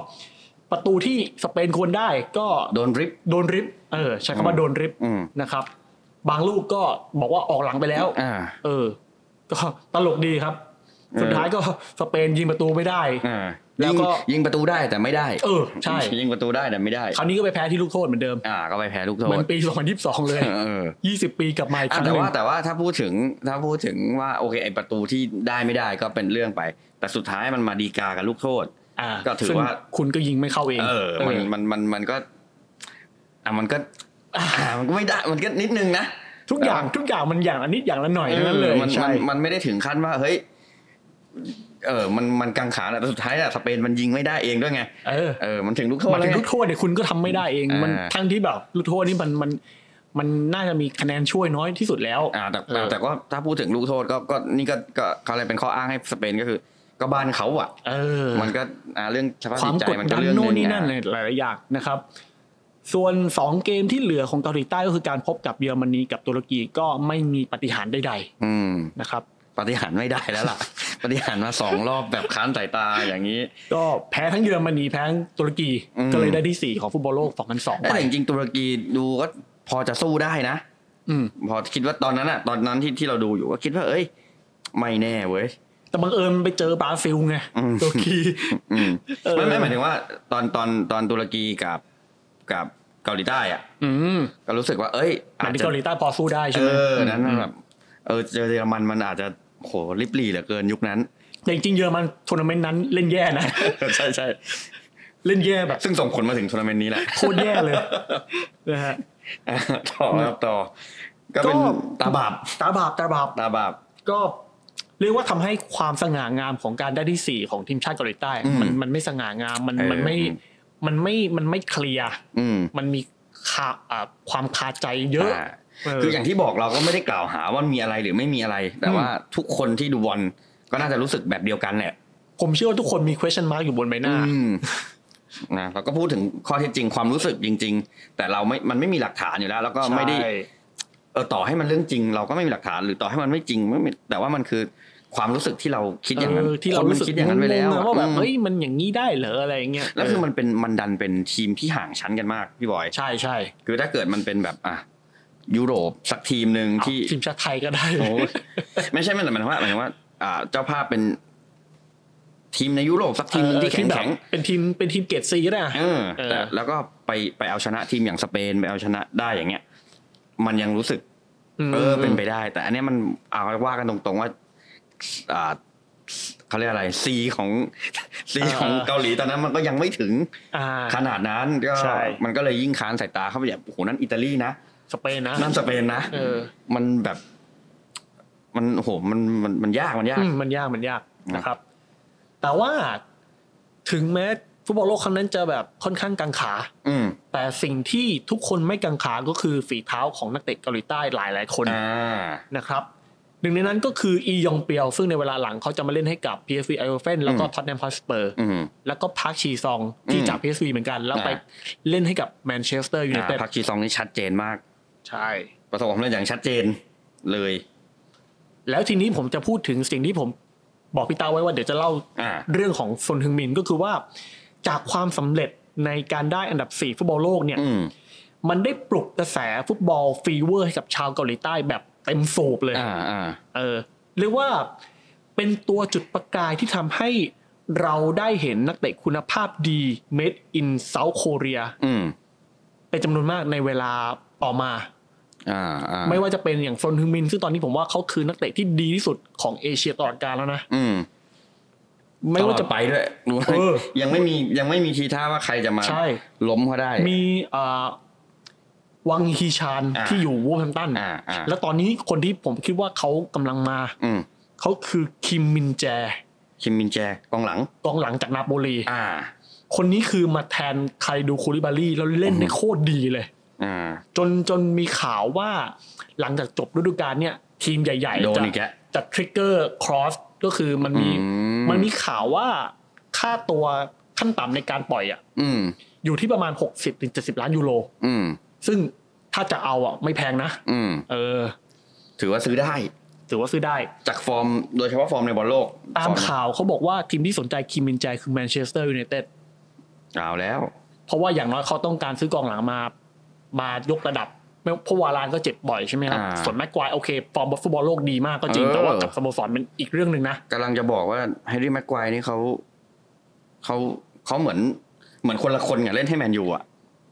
C: ประตูที่สเปนควรได้ก็
B: โดนริบ
C: โดนริบเออใช้คำว่าโดนริบ
B: อืม
C: นะครับ บางลูกก็บอกว่าออกหลังไปแล้ว
B: อ่า
C: เออ ก็ตลกดีครับ สุดท้ายก็สเปนยิงประตูไม่ได้
B: อ่า
C: แล้
B: ยิ
C: ว
B: ง
C: ก็
B: ยิงประตูได้แต่ไม่ได้
C: เออ ใช่
B: ยิงประตูได้แต่ไม่ได้
C: คราวนี้ก็ไปแพ้ที่ลูกโทษเหมือนเดิม
B: อ่า ก็ไปแพ้ลูกโท
C: เหมือ
B: ษ
C: นปี 2022 เลย
B: เออ
C: 20 ปีกลับมาอีกค
B: อ่ะแต่
C: รั้งหนึ่ง
B: ว่าแต่ว่าถ้าพูดถึงถ้าพูดถึงว่าโอเคไอประตูที่ได้ไม่ได้ก็เป็นเรื่องไป แต่สุดท้ายมันมาดีกากับลูกโทษ
C: อ่า
B: ก็ถือ
C: ซึ่ง
B: ว่า
C: คุณก็ยิงไม่เข้าเอง
B: เออมันมันมันมันก็อ่ะมันก็อ่ะมันก็ไม่ได้มันก็นิดนึงนะ
C: ทุกอย่างทุกอย่างมันอย่างละนิดอย่างละหน่อยทั้งนั้นเลย
B: มันมันมันไม่ได้ถึงขั้นว่าเฮ้ยเออมันมันกังขาแต่สุดท้ายอะสเปนมันยิงไม่ได้เองด้วยไง
C: เออ
B: เออมันถึงลูกโทษ
C: มา
B: แล้
C: ถึ
B: ว
C: ง
B: ไง
C: ลูกโทษเนี่ยคุณก็ทำไม่ได้เอง
B: อ่ามั
C: มันทั้งที่แบบลูกโทษนี่มันมันมันน่าจะมีคะแนนช่วยน้อยที่สุดแล้ว
B: อ่าแต่แต่
C: เออ
B: แต่ก็ถ้าพูดถึงลูกโทษก็ก็นี่ก็ก็เขาอะไรเป็นข้ออ้างให้สเปนก็คือ ก็บ้านเขาอะ
C: เออ
B: มันก็อ่าเรื่องสภาพ
C: ควา
B: จิ
C: ม
B: ตใจ
C: กด
B: มันก็
C: ดัน
B: เรื่องห
C: โน่น
B: นึ
C: นี่
B: ง
C: นั่น
B: อ่ะ
C: หลายๆอย่างนะครับ ส่วนสองเกมที่เหลือของเกาหลีใต้ก็คือการพบกับเยอรมนีกับตุรกีก็ไม่มีปาฏิหารย์ใด
B: อืม
C: ๆนะครับ
B: ปฏิหารย์ไม่ได้แล้วล่ะ [LAUGHS] ปฏิหารย์มาสองรอบแบบค้านสายตาอย่างนี้
C: ก็แพ้ทั้งเยอรมนีแพ้ทั้งตุรกี
B: อืม
C: ก็เลยได้ที่สี่ของฟุตบอลโลก 2002ไป
B: แต่จริงๆตุรกีดูก็พอจะสู้ได้นะ
C: อืม
B: พอคิดว่าตอนนั้นอ่ะ ตอนนั้นที่ที่เราดูอยู่ก็คิดว่า เอ้ย ไม่แน่เว้ย
C: แต่บังเอิญไปเจอบราซิลไง
B: อืม
C: ตุรกี
B: [LAUGHS] อืม
C: เออ
B: ไม่ไม่หมายถึงว่า ตอนตอนตอนตุรกีกับกับเกาหลีใต้อ่ะ
C: อืม
B: ก็รู้สึกว่า เอ้ย
C: หนั
B: อาง จ
C: ที่
B: จะ
C: เกาหลีใต้พอสู้ได้ใช่
B: เอ
C: ไหม
B: อนั้นมันแบบเออเจอเยอรมันมันอาจจะโหริบหรี่เหลือเกินยุคนั้น
C: แต่จริงๆเยอรมันทัวร์นาเมนต์นั้นเล่นแย่นะ [LAUGHS]
B: ใช่ใช่
C: เล่นแย่แบบ
B: ซึ่งส่งผลมาถึงทัวร์นาเมนต์นี้แหละ [LAUGHS]
C: โคตรแย่เลยนะฮะ
B: อ่ะต่อครับต่อ ก็เป็นตาบาป
C: ตาบาปตาบาป
B: ตาบาป
C: ก็เรียกว่าทำให้ความสง่างามของการได้ที่สี่ของทีมชาติเกาหลีใต้
B: อืม
C: มันมันไม่สง่างามมัน
B: เออ
C: มันไม่
B: อืม
C: มันไม่มันไม่เคลียร์
B: อืม
C: มันมีคาอ่าความคาใจเยอะ
B: า
C: เ
B: คืออย่างที่บอกเราก็ไม่ได้กล่าวหาว่ามีอะไรหรือไม่มีอะไร แต่ว่าทุกคนที่ดูบอลก็น่าจะรู้สึกแบบเดียวกันแหละ
C: ผมเชื่อว่าทุกคนมี question mark อยู่บนใบหน้า
B: อืมนะเราก็พูดถึงข้อเท็จจริงความรู้สึกจริง ๆ แต่เราไม่ มันไม่มีหลักฐานอยู่แล้ว แล้วก็ไม่ได้
C: ใช่
B: เออต่อให้มันเรื่องจริง เราก็ไม่มีหลักฐานหรือต่อให้มันไม่จริงไม่มีแต่ว่ามันคือความรู้สึกที่เราคิดอย่างนั้น
C: เออที่เรา
B: คนมั
C: รู้สึก
B: คิดอย่างนั้นไปแล้ว
C: งงๆะว่าแบบ
B: อืม
C: เฮ้ยมันอย่างนี้ได้เหรออะไรอย่างเงี้ย
B: แล้วคือมันเป็นมันดันเป็นทีมที่ห่างชั้นกันมากพี่บอย
C: ใช่ใช่
B: คือถ้าเกิดมันเป็นแบบอ่ะยุโรปสักทีมหนึ่งที่
C: ทีมชาติไทยก็ได้
B: โอ้ไม่ใช่ไม่แต่หมายถึงว่าหมายถึงว่า อ่า เจ้าภาพเป็น ทีมในยุโรปสักทีมหนึ่งที่แข็ง
C: เออ
B: แข็ง
C: บบเป็นทีมเป็นทีมเกรดซีก็ได้อะ
B: เออ
C: เออ
B: แต่แล้วก็ไปไปเอาชนะทีมอย่างสเปนไปเอาชนะได้อย่างเงี้ย มันยังรู้สึก
C: ม
B: เออเป็นไปได้ แต่อันเนี้ยมันเอาว่ากันตรงๆว่า อ่าเขาเรียกอะไรซีของซี
C: เออ
B: ของเกาหลีตอนนั้นมันก็ยังไม่ถึง
C: อ่า
B: ขนาดนั้นก็
C: ใช่
B: มันก็เลยยิ่งค้านสายตาเขาไปแบบโอ้โหนั่นอิตาลีนะ
C: สเปนนะ
B: นั่นสเปนนะ
C: เออ
B: มันแบบ มันโอ้โหมันมันมันยากมันยาก
C: อืมมันยากมันยาก
B: นะ
C: นะครับ แต่ว่าถึงแม้ฟุตบอลโลกครั้งนั้นจะแบบค่อนข้างกังขา
B: อืม
C: แต่สิ่งที่ทุกคนไม่กังขาก็คือฝีเท้าของนักเตะเกาหลีใต้หลายหลายๆคน
B: อ่า
C: นะครับ หนึ่งในนั้นก็คืออียองเปียว ซึ่งในเวลาหลังเขาจะมาเล่นให้กับ PSV Eindhoven แล้วก็ Tottenham Hotspur
B: อืม
C: แล้วก็พาร์คชีซองที่
B: อืม
C: จาก PSV เหมือนกัน แล้วไป
B: อ่า
C: เล่นให้กับแมนเชสเตอร์ยูไน
B: อ่า
C: เต็ด
B: พักชีซองนี่ชัดเจนมาก
C: ใช่
B: ประสบความสำเร็จอย่างชัดเจนเลย
C: แล้วทีนี้ผมจะพูดถึงสิ่งที่ผมบอกพี่ตาไว้ว่าเดี๋ยวจะเล่า
B: อ่า
C: เรื่องของซนฮึงมินก็คือว่า จากความสำเร็จในการได้อันดับ 4 ฟุตบอลโลกเนี่ย
B: อืม
C: มันได้ปลุกกระแสฟุตบอลฟีเวอร์ให้กับชาวเกาหลีใต้แบบเต็มสูบเลย
B: อ่าอ่า
C: เออเรียกว่าเป็นตัวจุดประกายที่ทำให้เราได้เห็นนักเตะคุณภาพดี made in South Korea
B: อืม
C: เป็นจำนวนมากในเวลาต่อมา
B: อ่าอ่า
C: ไม่ว่าจะเป็นอย่างซนฮึงมิน ซึ่งตอนนี้ผมว่าเขาคือนักเตะที่ดีที่สุดของเอเชียตลอดกาลแล้วนะ
B: อืม
C: ไม่ว่า
B: ต
C: จะ
B: ลอดไปด้วยดูให้
C: เออ
B: ยังไม่มียังไม่มีทีท่าว่าใครจะมา
C: ใช่
B: ล้มเขาได้
C: มีเอ่อวังฮีชาน
B: อ่า
C: ที่อยู่วูแฮมตัน
B: อ่าอ่า
C: แล้วตอนนี้คนที่ผมคิดว่าเขากำลังมา
B: อืม
C: เขาคือคิมมินแจ
B: คิมมินแจกองหลัง
C: กองหลังจากนาโปลี
B: อ่า
C: คนนี้คือมาแทนใครดูคูลิบารีแล้วเล่นได้โคตรดีเลย
B: อ่า
C: จนจนมีข่าวว่าหลังจากจบฤดูกาลเนี่ย ทีมใหญ่
B: โดน
C: ๆ จะ
B: อีกแล้ว
C: จะทริกเกอร์ครอสก็คือมันมี
B: อืม
C: มันมีข่าวว่าค่าตัวขั้นต่ำในการปล่อยอ่ะ
B: อืม
C: อยู่ที่ประมาณ 60-70 ล้านยูโร
B: อืม
C: ซึ่งถ้าจะเอาอ่ะไม่แพงนะ
B: อืม
C: เออ
B: ถือว่าซื้อได้
C: ถือว่าซื้อได้
B: จากฟอร์มโดยเฉพาะฟอร์มในบอลโลก
C: ตา
B: ฟ
C: ม
B: อร์
C: ข่าวเขาบอกว่าทีมที่สนใจคิมมินแจคือแมนเชสเตอร์ยูไนเต็ด
B: เอาแล้ว
C: เพราะว่าอย่างน้อยเขาต้องการซื้อกองหลังมา มายกระดับไม่เพราะวาลานก็เจ็บบ่อยใช่ไหมครับ
B: อ่า
C: ส่วนแม็กควายโอเค ฟอร์มฟุตบอลโลกดีมากก็จริง
B: เออ
C: แต่ว่ากับสโมสรเป็นอีกเรื่องหนึ่งนะ
B: กำลังจะบอกว่าแฮร์รี่แม็กควายนี่เขาเขาเขาเหมือนเหมือนคนละคนกับเล่นให้แมนยูอ่ะ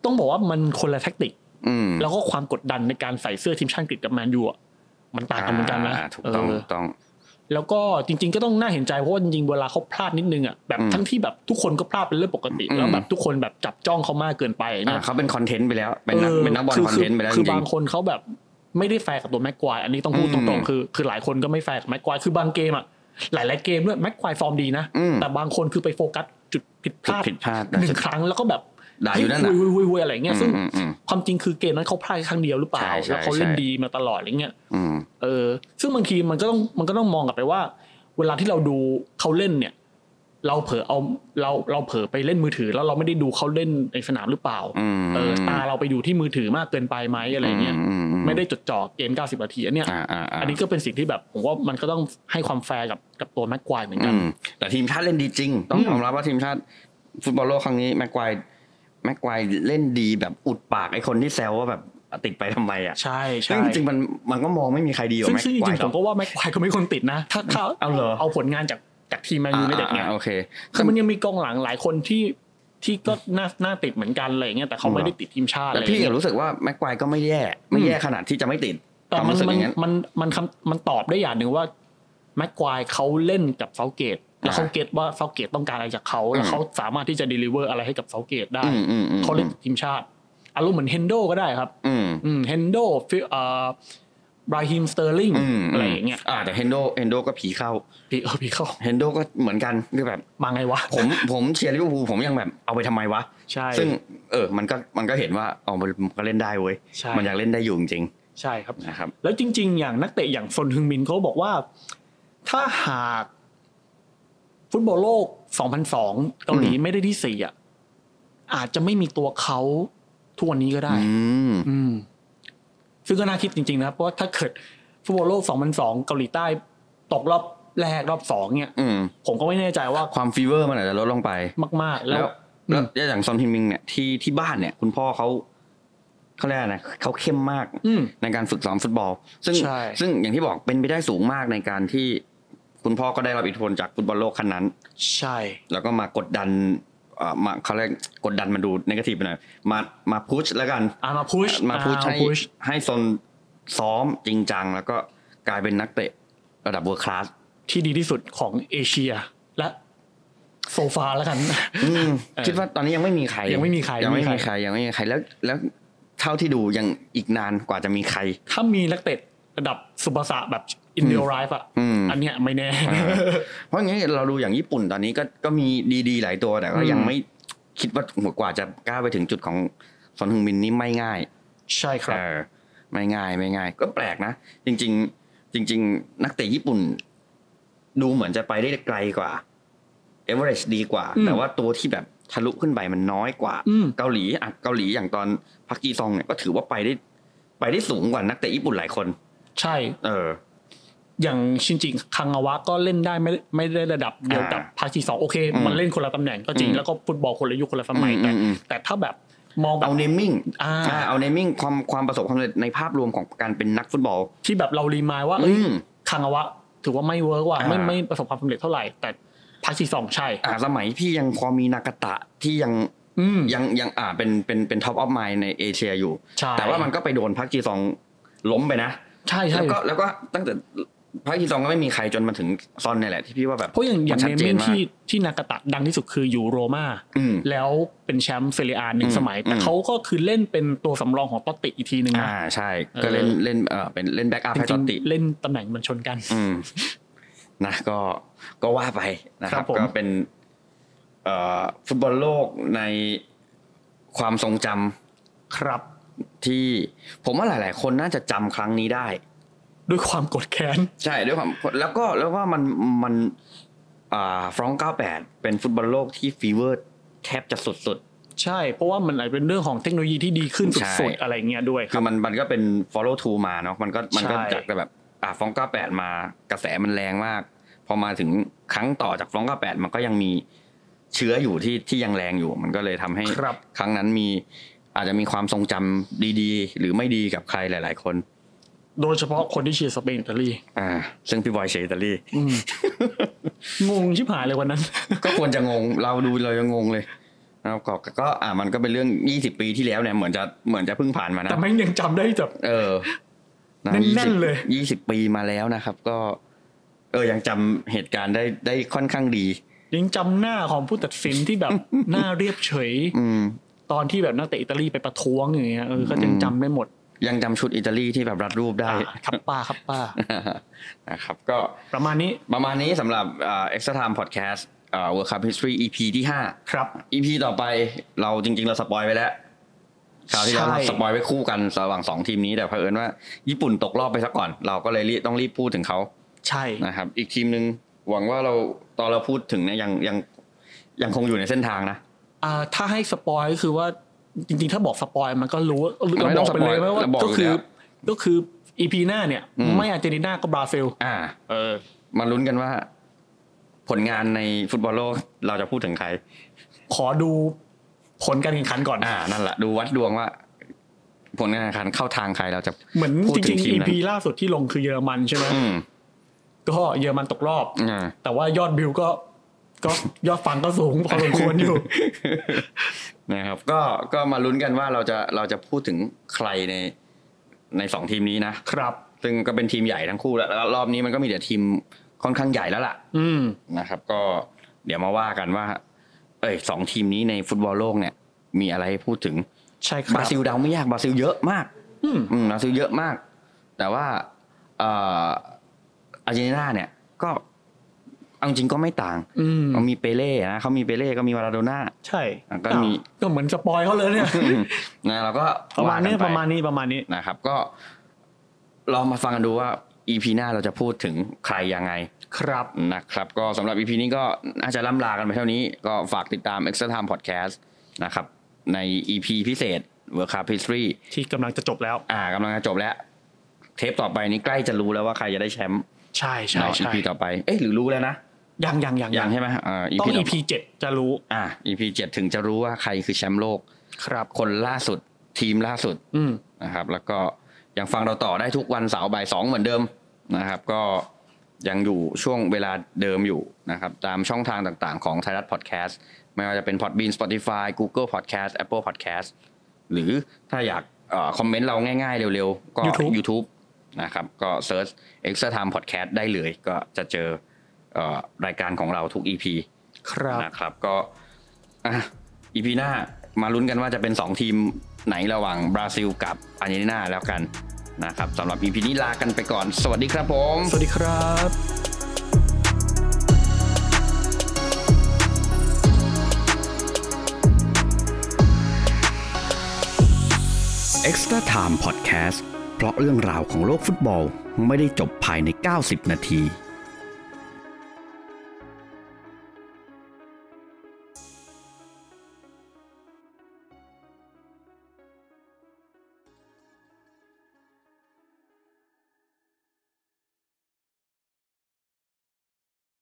C: ต้องบอกว่ามันคนละแท็กติก
B: อืม
C: แล้วก็ความกดดันในการใส่เสื้อทีมชาติอังกฤษกับแมนยูอะมันต่างกันเหมือนกันนะ
B: าถูกต้อง
C: เออ
B: ถูกต้อง
C: แล้วก็จริง ๆ ก็ต้องน่าเห็นใจเพราะว่าจริงๆเวลาเขาพลาดนิดนึงอ่ะแบบ
B: อืม
C: ทั้งที่แบบทุกคนก็พลาดเป็นเรื่องปกติ
B: อืม
C: แล้วแบบทุกคนแบบจับจ้องเขามากเกินไป
B: อ่า
C: นะ
B: เขาเป็นคอนเทนต์ไปแล้ว เป็นนักเป็นนักบอลคอนเทนต์ไปแล้วจ
C: คือ
B: ริ
C: บาง งคนเขาแบบไม่ได้แฟร์กับตัวแม็กควายอันนี้ต้องพูด
B: อื
C: ต
B: ม
C: รงๆคือคือหลายคนก็ไม่แฟร์กับแม็กควายคือบางเกมอ่ะหลายๆเกมด้วยแม็กควายฟอร์มดีนะ
B: อืม
C: แต่บางคนคือไปโฟกัสจุดผิดพลาด
B: จุดผิดพลาด
C: หนึ่งครั้งแล้วก็แบบ
B: ด่าอยู่นั่นน่ะ
C: เฮ้หุยหุยหุยอะไรเงี้ยซึ่ง
B: อืมอืม
C: ความจริงคือเกมนั้นเขาพลาดแค่ครั้งเดียวหรือเปล่า
B: ใช่ใช่
C: แล้วเขาเล่น
B: ใช่
C: ดีมาตลอดอะไรเงี้ย
B: อืม
C: เออซึ่งบางทีมันก็ต้องมันก็ต้องมองกลับไปว่า เวลาที่เราดูเขาเล่นเนี่ย เราเผลอเอาเราเราเผลอไปเล่นมือถือ แล้วเราไม่ได้ดูเขาเล่นในสนามหรือเปล่า
B: อืม
C: เออตาเราไปอยู่ที่มือถือมากเกินไปไหมอะไรเงี้ย
B: อือือื
C: ไม่ได้จดจ่อเกม 90นาทีอันเนี้ย
B: อ่าอ่าอ่า
C: อันนี้ก็เป็นสิ่งที่แบบผมว่ามันก็ต้องให้ความแฟร์กับกับตัวแม็กควายเหมือนกั
B: อื
C: น
B: มแต่ทีมชาติเล่นดีจริง ต้อง
C: อืม
B: ยอมรับว่าทีมชาติ ฟุตบอลโลกครั้งนี้แม็กไกวายแม็กไกวายเล่นดีแบบอุดปากไอ้คนที่แซวว่าแบบติดไปทำไมอ่ะ
C: ใช่ใช่
B: ซึ่งจริงๆมันมันก็มองไม่มีใครดีกว่า
C: ซึ่ง
B: แม็ก
C: ซึ่งจ
B: ไกวา
C: ริ
B: ย
C: งๆผมก็ว่าแม็กควายก็ไม่คนติดนะ ถ้าถ้า
B: เอาเหรอ
C: เอาผลงานจากจากทีมแมนยูในเด็กเนี่ย
B: อ่าอ่าโอเค
C: คือมันยังมีกองหลังหลายคนที่ที่ก็น่าน่าติดเหมือนกันอะไรอย่างเงี้ยแต่เขา
B: อืม
C: ไม่ได้ติดทีมชาติอะ
B: แต่
C: ไรอ
B: พี่
C: ย่า
B: ก็
C: งเงี้ย
B: รู้สึกว่าแม็กไกวายก็ไม่แย่ ไม่แย่ขนาดที่จะไม่ติดค
C: แต่
B: วาม
C: มัน
B: รู้สึก
C: มั
B: อน ย่างนั้น
C: มันมันคำมันตอบได้อย่างหนึ่งว่าแม็กควายเขาเล่นกับเซาเกต แล้วเขา
B: อ่า
C: เก็ตว่าเซาเกตต้องการอะไรจากเขาแล้ว
B: อืม
C: เขาสามารถที่จะเดลิเวอร์อะไรให้กับเซาเกตได้
B: อืมอืมอืม
C: เขาเล่นกับทีมชาติอารมณ์เหมือนเฮนโดก็ได้ครับ
B: อืม
C: อืมเฮนโดฟิเอ่อบราฮิมสเตอร์ลิง
B: อืม
C: อะไรอย่างเงี้ย
B: อ่าแต่เฮนโดเฮนโดก็ผีเข้า
C: พี่เออพี่เขา
B: เฮนโดก็เหมือนกันคือแบบ
C: มาไงวะ
B: ผมผมเชียร์ลิเวอร์พูลผมยังแบบเอาไปทำไมวะ
C: ใช่
B: ซึ่งเออ มันก็มันก็เห็นว่าอ๋อมันก็เล่นได้เว้ย
C: ใช่
B: มันอยากเล่นได้อยู่จริง
C: ใช่ครับ
B: ๆนะครับ
C: แล้วจริง ๆ อย่างนักเตะอย่างซนฮึงมินเขาบอกว่า ถ้าหากฟุตบอลโลก 2002 เกาหลีไม่ได้ที่สี่อ่ะอาจจะไม่มีตัวเขาทุกวันนี้ก็ได้
B: อืม
C: อืม ซึ่งก็น่าคิดจริง ๆ นะครับเพราะว่าถ้าเกิดฟุตบอลโลก 2002 เกาหลีใต้ตกรอบแรกรอบสองเนี่ย
B: อืม
C: ผมก็ไม่แน่ใจว่า
B: ความฟีเวอร์มันอาจจะลดลงไป
C: มาก ๆ แล้
B: แล้ว วแล้วอย่างซอนฮิมิงเนี่ยที่ที่บ้านเนี่ย คุณพ่อเขาเขาเรียกอะไรนะเขาเข้มมาก
C: อืม
B: ในการฝึกซ้อมฟุตบอล ซึ่ง
C: ใช่
B: ซึ่งอย่างที่บอกเป็นไปได้สูงมากในการที่ คุณพ่อก็ได้รับอิทธิพลจากฟุตบอลโลกครั้งนั้น
C: ใช่
B: แล้วก็มากดดันเอ่อมาเขาเรียกกดดันมาดูนกาทีฟไปหน่อยมามาพุชแล้วกัน
C: อ่ะมาพุช
B: มาพูดให้
C: พุช
B: ให้ซนซ้อมจริงจัง แล้วก็กลายเป็นนักเตะระดับเวอร์คลาส
C: ที่ดีที่สุดของเอเชียและโซฟาแล้วกัน เออ
B: คิดว่าตอนนี้ยังไม่มีใคร
C: ยังไม่มีใคร
B: ยังไม่
C: ไม่มี
B: มี
C: ใค
B: ใค
C: ร
B: รยังไม่มีใครแล้วแล้วเท่าที่ดูยังอีกนานกว่าจะมี
C: [LAUGHS]
B: ใคร
C: ถ้ามีนักเตะระดับสุภาษะแบบอินเดียไลฟ์อ่ะ
B: อืม
C: อันเนี้ยไม่แน่
B: เพราะงี้เราดูอย่างญี่ปุ่นตอนนี้ก็ก็มีดีๆหลายตัวแต่ก็ยังไม่คิดว่าหัวกว่าจะกล้าไปถึงจุดของซอนฮึงมินนี่ไม่ง่าย
C: ใช่ครับ
B: เออไม่ง่ายไม่ง่าย ก็แปลกนะ จริง ๆ จริง ๆ นักเตะญี่ปุ่น ดูเหมือนจะไปได้ไกลกว่าเอเวอเรจดีกว่า
C: อืม
B: แต่ว่าตัวที่แบบทะลุขึ้นไปมันน้อยกว่า
C: อืม
B: เกาหลีอ่ะเกาหลีอย่างตอนพักกีซองเนี่ยก็ถือว่าไปได้ ไปได้สูงกว่านักเตะญี่ปุ่นหลายคน
C: ใช่
B: เออ
C: อย่างชินจิคังอาวะก็เล่นได้ไม่ไม่ได้ระดับเดียวกับ
B: อ่า
C: ภาคีสองโอเค
B: อืม
C: มันเล่นคนละตำแหน่งก็จริง
B: อืม
C: แล้วก็ฟุตบอลคนละยุคคนละสมัย
B: อืม
C: แต่
B: อืมอืม
C: แต่ถ้าแบบมองแบบ
B: เอาเนมมิ่ง
C: อ่า
B: เอาเนมมิ่งความความประสบความสำเร็จในภาพรวมของการเป็นนักฟุตบอล
C: ที่แบบเรารีมายว่า
B: อื
C: เอ้ย
B: ม
C: คังอาวะ ถือว่าไม่เวิร์กว่ะ
B: อ่า
C: ไม่ไม่ประสบความสำเร็จเท่าไหร่ แต่ภาคีสองใช่
B: อ่าสมัยพี่ยังพอมีนากาตะที่ยัง
C: อืม
B: ยังยังอ่าเป็นเป็นเป็นท็อปออฟไมล์ในเอเชียอยู่
C: ใช่
B: แต่ว่ามันก็ไปโดนพักจีซองล้มไปนะ
C: ใช่
B: แล้
C: ใช่
B: วก็แล้วก็ตั้งแต่พักจีซองก็ไม่มีใครจนมาถึงซอนเนี่ยแหละที่พี่ว่าแบบ
C: เพราะอย่างอย่าง
B: ชั
C: เน
B: ด
C: มมิ่ง
B: จาก
C: ที่ที่นากาตะดังที่สุดคืออยู่โรมา
B: อืม
C: แล้วเป็นแชมป์เซเรียอาหนึ่ง
B: อืม
C: สมัย แต่
B: อืม
C: เขาก็คือเล่นเป็นตัวสำรองของตอตติอีกทีหนึ่ง
B: อ่า
C: นะ
B: ใช่
C: เออ
B: ก็เล่นเล่นเออเป็นเล่นแบ็กอัพ
C: จ
B: ให้ต
C: ริ
B: อง นติ
C: ๆเล่นตำแหน่งมันชนกัน
B: อืมนะก็ก็ว่าไปนะค
C: ครั
B: รับบ
C: ผม
B: ก็เป็นเอ่อฟุตบอลโลกในความทรงจำ
C: ครับ
B: ที่ผมว่าหลาย ๆ คนน่าจะจำครั้งนี้ได้
C: ด้วยความโกรธแค้น
B: ใช่ด้วยความแล้วก็แล้วว่ามันมันอ่าฟรองก้าแปดเป็นฟุตบอลโลกที่ฟีเวอร์แทบจะสุด
C: ใช่ เพราะว่ามันอาจเป็นเรื่องของเทคโนโลยีที่ดีขึ้น
B: ใช่
C: สุดๆ อะไรเงี้ยด้วย
B: ๆ
C: ค
B: คื
C: รับ
B: อมันมันก็เป็น follow to มาเนาะมันก็มันก็
C: ใช่
B: จากแต่แบบอ่าฟรองก้าแปดมากระแสมันแรงมาก พอมาถึงครั้งต่อจากฟรองก้าแปดมันก็ยังมีเชื้ออยู่ที่ที่ยังแรงอยู่ มันก็เลยทำให้
C: ครับ
B: ครั้งนั้นมีอาจจะมีความทรงจำดีๆ หรือไม่ดีกับใครหลาย ๆ คน
C: โดยเฉพาะคนที่เชียร์สเปนอิตาลี
B: อ่าซึ่งพี่บอยเชียร์อิตาลี
C: อืมงงชิบหายเลยวันนั้น
B: ก็ควรจะงงเราดูเรายังงงเลยนะครับก็ก็อ่ามันก็เป็นเรื่อง 20 ปีที่แล้วเนี่ยเหมือนจะเหมือนจะเพิ่งผ่านมานะ
C: แต่แม่งยังจำได้แบบ
B: เออ
C: แน่นๆเลย
B: ยี่สิบปีมาแล้วนะครับ ก็ เออยังจำเหตุการณ์ได้ได้ค่อนข้างดี
C: ยังจำหน้าของผู้ตัดสินที่แบบ หน้าเรียบเฉย
B: อืม
C: ตอนที่แบบนักเตะอิตาลีไปประท้วงอย่างเงี้ยเออก็ยังจำได้หมด
B: ยังจำชุดอิตาลีที่แบบรัดรูปได้
C: อ่าครับป้าครับป้า
B: นะครับ ก็
C: ประมาณนี้
B: ประมาณนี้สำหรับเอ็กซ์ต Time Podcast เอ่อ World Cup History EP ที่ 5
C: ครับ
B: อีพีต่อไปเราจริง ๆ เราสปอยไปแล้วคราวที่แล้ว
C: ใช่
B: เราสปอยไว้คู่กันระหว่างสองทีมนี้แต่เผอิญว่า ญี่ปุ่นตกรอบไปซะก่อน เราก็เลยรีบต้องรีบพูดถึงเขา
C: ใช่
B: นะครับ อีกทีมหนึ่งหวังว่าเราตอนเราพูดถึงเนี่ยยังยังยังคงอยู่ในเส้นทางนะ
C: อ่าถ้าให้สปอยก็คือว่าจริงๆ ถ้าบอกสปอยมันก็รู้ว่าเรา
B: ไม่ต้อ
C: บอง กไปเล
B: สปอ
C: ย
B: ย
C: ไหมว่า
B: เราบอก
C: ก็คืออ
B: แล
C: ยู่
B: ้ว
C: ก็คืออีพีหน้าเนี่ย
B: อืม
C: ไม่อาร์เจนตินาก็บราซิล
B: อ่า
C: เออ
B: มาลุ้นกันว่า ผลงานในฟุตบอลโลกเราจะพูดถึงใคร
C: ขอดูผลการแข่งขันก่อน
B: อ่านั่นแหละดูวัดดวงว่า ผลงานการแข่งขันเข้าทางใครเราจะ
C: เหมือน
B: พูด
C: จ
B: ถึ
C: ริ
B: ง
C: ง
B: ที
C: ๆ
B: มนั้น
C: EP ล่าสุดที่ลงคือเยอรมันใช่ไหม
B: อืม
C: ก็เยอรมันตกรอบ
B: อ่า
C: แต่ว่ายอดบิวก็ก็ ยอดฟังก็สูงพอสมควรอยู่
B: [LAUGHS] นะครับก็ก็มาลุ้นกันว่าเราจะเราจะพูดถึงใครในในสองทีมนี้นะครับ ซึ่งก็เป็นทีมใหญ่ทั้งคู่แล้วแล้วรอบนี้มันก็มีแต่ทีมค่อนข้างใหญ่แล้วล่ะ
C: อืม
B: นะครับ ก็เดี๋ยวมาว่ากันว่า เอ้ยสองทีมนี้ในฟุตบอลโลกเนี่ย มีอะไรให้พูดถึง
C: ใช่ค
B: บ
C: รั
B: รา
C: บ
B: ซิลเดาไม่ยากบราซิลเยอะมาก
C: อืม
B: อืมบราซิลเยอะมาก แต่ว่าเอ่ออาร์เจนตินาเนี่ย ก็เอาจริงก็ไม่ต่าง
C: อืม
B: เขามีเปเล่นะเขามีเปเล่ก็มีวาราโดน่า
C: ใช่
B: อ่ะก็มี
C: อ้าวก็เหมือนสปอยเขาเลยเนี่ย
B: [LAUGHS] นะเราก็
C: ประมาณ
B: ว่
C: นี้
B: กัไ
C: ประมาณนี้ประมาณนี้
B: นะครับก็ลองมาฟังกันดูว่า EP หน้าเราจะพูดถึงใครยังไง
C: ครับ
B: นะครับ ก็สำหรับ EP นี้ก็น่าจะล่ำลากันไปเท่านี้ ก็ฝากติดตาม Extra Time Podcast นะครับ ใน EP พิเศษ World Cup History
C: ที่กำลังจะจบแล้ว
B: อ่ากำลังจะจบแล้ว เทปต่อไปนี้ใกล้จะรู้แล้วว่าใครจะได้แชมป์
C: ใช่ใช่
B: ใช่
C: ใช่
B: EP ต่อไป เอ๊ะหรือรู้แล้วนะ
C: ยังยังยัง
B: ยังใช่ไหมอ่า EP
C: ต้อง
B: ต่
C: EP เจ็ดจะรู้
B: อ่า EP เจ็ดถึงจะรู้ว่าใครคือแชมป์โลก
C: ครับ
B: คนล่าสุดทีมล่าสุด
C: อืม
B: นะครับแล้วก็ยังฟังเราต่อได้ทุกวันเสาร์บ่ายสองเหมือนเดิมนะครับ ก็ยังอยู่ช่วงเวลาเดิมอยู่นะครับ ตามช่องทางต่างๆของไทยรัฐพอดแคสต์ไม่ว่าจะเป็น Podbean Spotify Google Podcast Apple Podcast หรือถ้าอยากเออคอมเมนต์เราง่ายๆ เร็วๆ ก็
C: YouTube
B: YouTube นะครับ ก็เซิร์ช Extra Time Podcast ได้เลยก็จะเจอ เอ่อรายการของเราทุก EP
C: ครับ
B: นะครับก็อ่ะ EP หน้ามาลุ้นกันว่าจะเป็น 2 ทีมไหนระหว่างบราซิลกับอาร์เจนตินาแล้วกันนะครับสำหรับ EP นี้ลากันไปก่อน สวัสดีครับผม
C: สวัสดีครับ
B: เอ็กซ์ตร้าไทม์พอดแคสต์เพราะเรื่องราวของโลกฟุตบอลไม่ได้จบภายใน 90 นาที